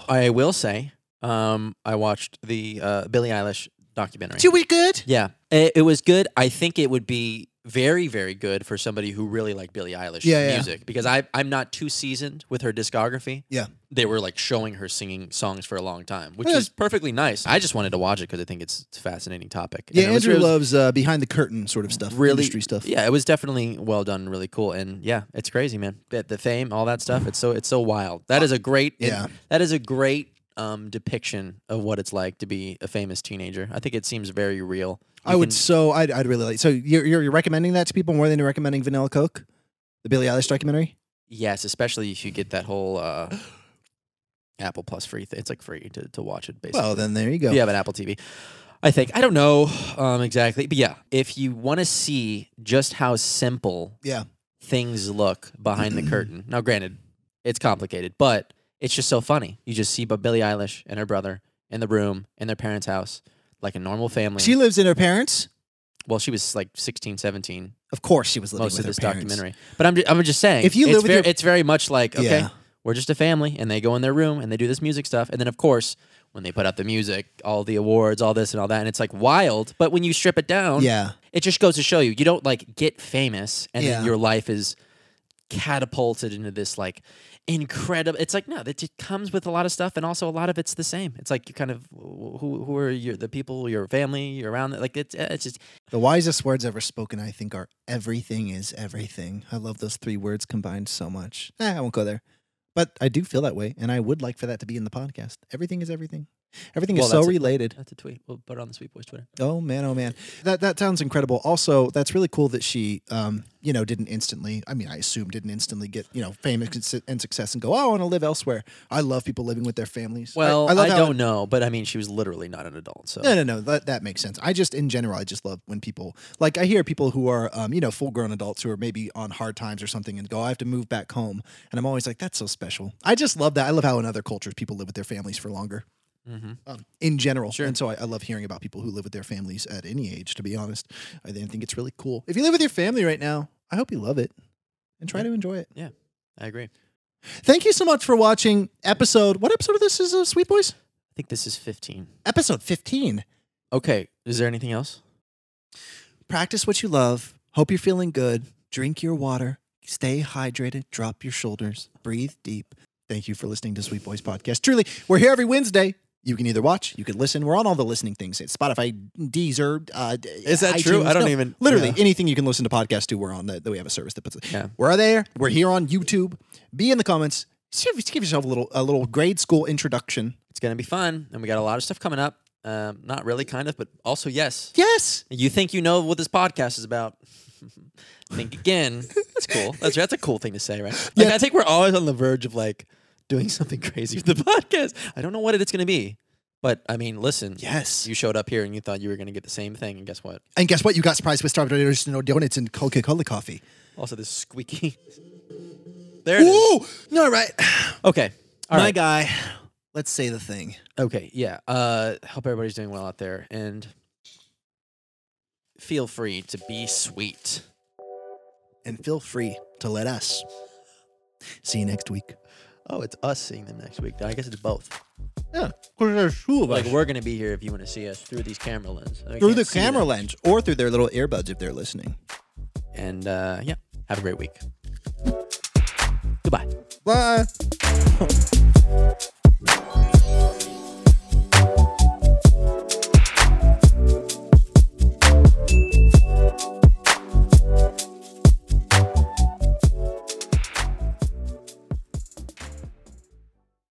B: I will say, um, I watched the uh, Billie Eilish documentary.
D: Do we good?
B: Yeah, it, it was good. I think it would be very, very good for somebody who really liked Billie Eilish
A: Yeah, yeah.
B: music because I, I'm not too seasoned with her discography.
A: Yeah.
B: they were like showing her singing songs for a long time, which
A: Yeah.
B: is perfectly nice. I just wanted to watch it because I think it's it's a fascinating topic. And
A: Yeah,
B: it was-
A: Andrew
B: it was
A: loves uh, behind the curtain sort of stuff,
B: really
A: industry stuff.
B: Yeah, it was definitely well done, really cool, and yeah, it's crazy, man. The, the fame, all that stuff. It's so it's so wild. That is a great. it-
A: Uh, Yeah.
B: that is a great. Um, depiction of what it's like to be a famous teenager. I think it seems very real.
A: I
B: You
A: would
B: can-
A: so I'd, I'd really like. So you're, you're you're recommending that to people more than you're recommending Vanilla Coke, the Billie Eilish documentary.
B: Yes, especially if you get that whole uh, Apple Plus free. Th- it's like free to, to watch it. Basically,
A: Well, then there you go.
B: if you have an Apple TV, I think I don't know um, exactly, but yeah, if you want to see just how simple
A: Yeah.
B: things look behind the curtain. Now, granted, it's complicated, but it's just so funny. You just see but Billie Eilish and her brother in the room in their parents' house, like a normal family.
D: She lives in her parents.
B: well, she was like 16, 17
D: Of course, she was living
B: most of
D: with
B: this
D: her parents.
B: documentary. But I'm just, I'm just saying,
A: If you
B: it's
A: live with
B: very,
A: your-
B: it's very much like okay,
A: Yeah.
B: we're just a family, and they go in their room and they do this music stuff, and then of course when they put out the music, all the awards, all this and all that, and it's like wild. But when you strip it down,
A: Yeah.
B: it just goes to show you you don't like get famous, and then
A: Yeah.
B: your life is catapulted into this like incredible it's like no that it comes with a lot of stuff and also a lot of it's the same it's like you kind of who who are your the people your family you're around like it's it's just
A: The wisest words ever spoken, I think, are "everything is everything." I love those three words combined so much. Eh, I won't go there, but I do feel that way, and I would like for that to be in the podcast. Everything is everything. Everything
B: Well,
A: is so
B: that's it.
A: related.
B: that's a tweet we'll put it on the sweet boys twitter
A: Oh man, oh man, that that sounds incredible. Also, that's really cool that she, um, you know, didn't instantly. I mean, I assume didn't instantly get you know famous and su- and success and go. Oh, I want to live elsewhere. I love people living with their families. I-
B: Well, I,
A: love how-
B: don't know, but I mean, she was literally not an adult. So
A: No, no, no. That that makes sense. I just in general, I just love when people like I hear people who are, um, you know, full grown adults who are maybe on hard times or something and go, I have to move back home, and I'm always like, that's so special. I just love that. I love how in other cultures people live with their families for longer.
B: Mhm.
A: um, in general.
B: Sure.
A: And so I, I love hearing about people who live with their families at any age, to be honest. I then think it's really cool. If you live with your family right now, I hope you love it and try
B: Yeah.
A: to enjoy it.
B: I agree. I
A: Thank you so much for watching episode. What episode of this is, uh, Sweet Boys?
B: think this is 15.
A: Episode 15.
B: Okay. Is there anything else?
A: Practice what you love. Hope you're feeling good. Drink your water. Stay hydrated. Drop your shoulders. Breathe deep. Thank you for listening to Sweet Boys Podcast. Truly, we're here every Wednesday. You can either watch, you could listen. We're on all the listening things. It's Spotify, Deezer. Uh, d-
B: Is that true?
A: iTunes.
B: I don't
A: No,
B: even-
A: Literally
B: yeah.
A: anything you can listen to podcasts to, we're on. That, that we have a service that puts it.
B: Yeah.
A: We're there. We're here on YouTube. Be in the comments. See if- Give yourself a little a little grade school introduction.
B: It's gonna be fun, and we got a lot of stuff coming up. Um, not really, kind of, but also yes.
A: Yes.
B: You think you know what this podcast is about? think again. That's cool. That's that's a cool thing to say, right? Like,
A: Yeah.
B: I think we're always on the verge of like doing something crazy with the podcast. I don't know what it's gonna be, but I mean, listen.
A: Yes.
B: You showed up here and you thought you were gonna get the same thing, and guess what?
A: And guess what? You got surprised with Starbucks donuts and Coca Cola coffee.
B: Also, this squeaky. there it is.
A: No, right.
B: Okay. All right.
A: My guy. Let's say the thing.
B: Okay, yeah. Uh hope everybody's doing well out there and feel free to be sweet.
A: And feel free to let us. See you next week.
B: Oh, it's us seeing them next week. I guess it's both.
A: Yeah. There's two of
B: Like we're gonna be here if you want to see us through these camera lenses.
A: through the camera lens or through their little earbuds if they're listening.
B: And uh yeah, have a great week. Goodbye.
A: Bye.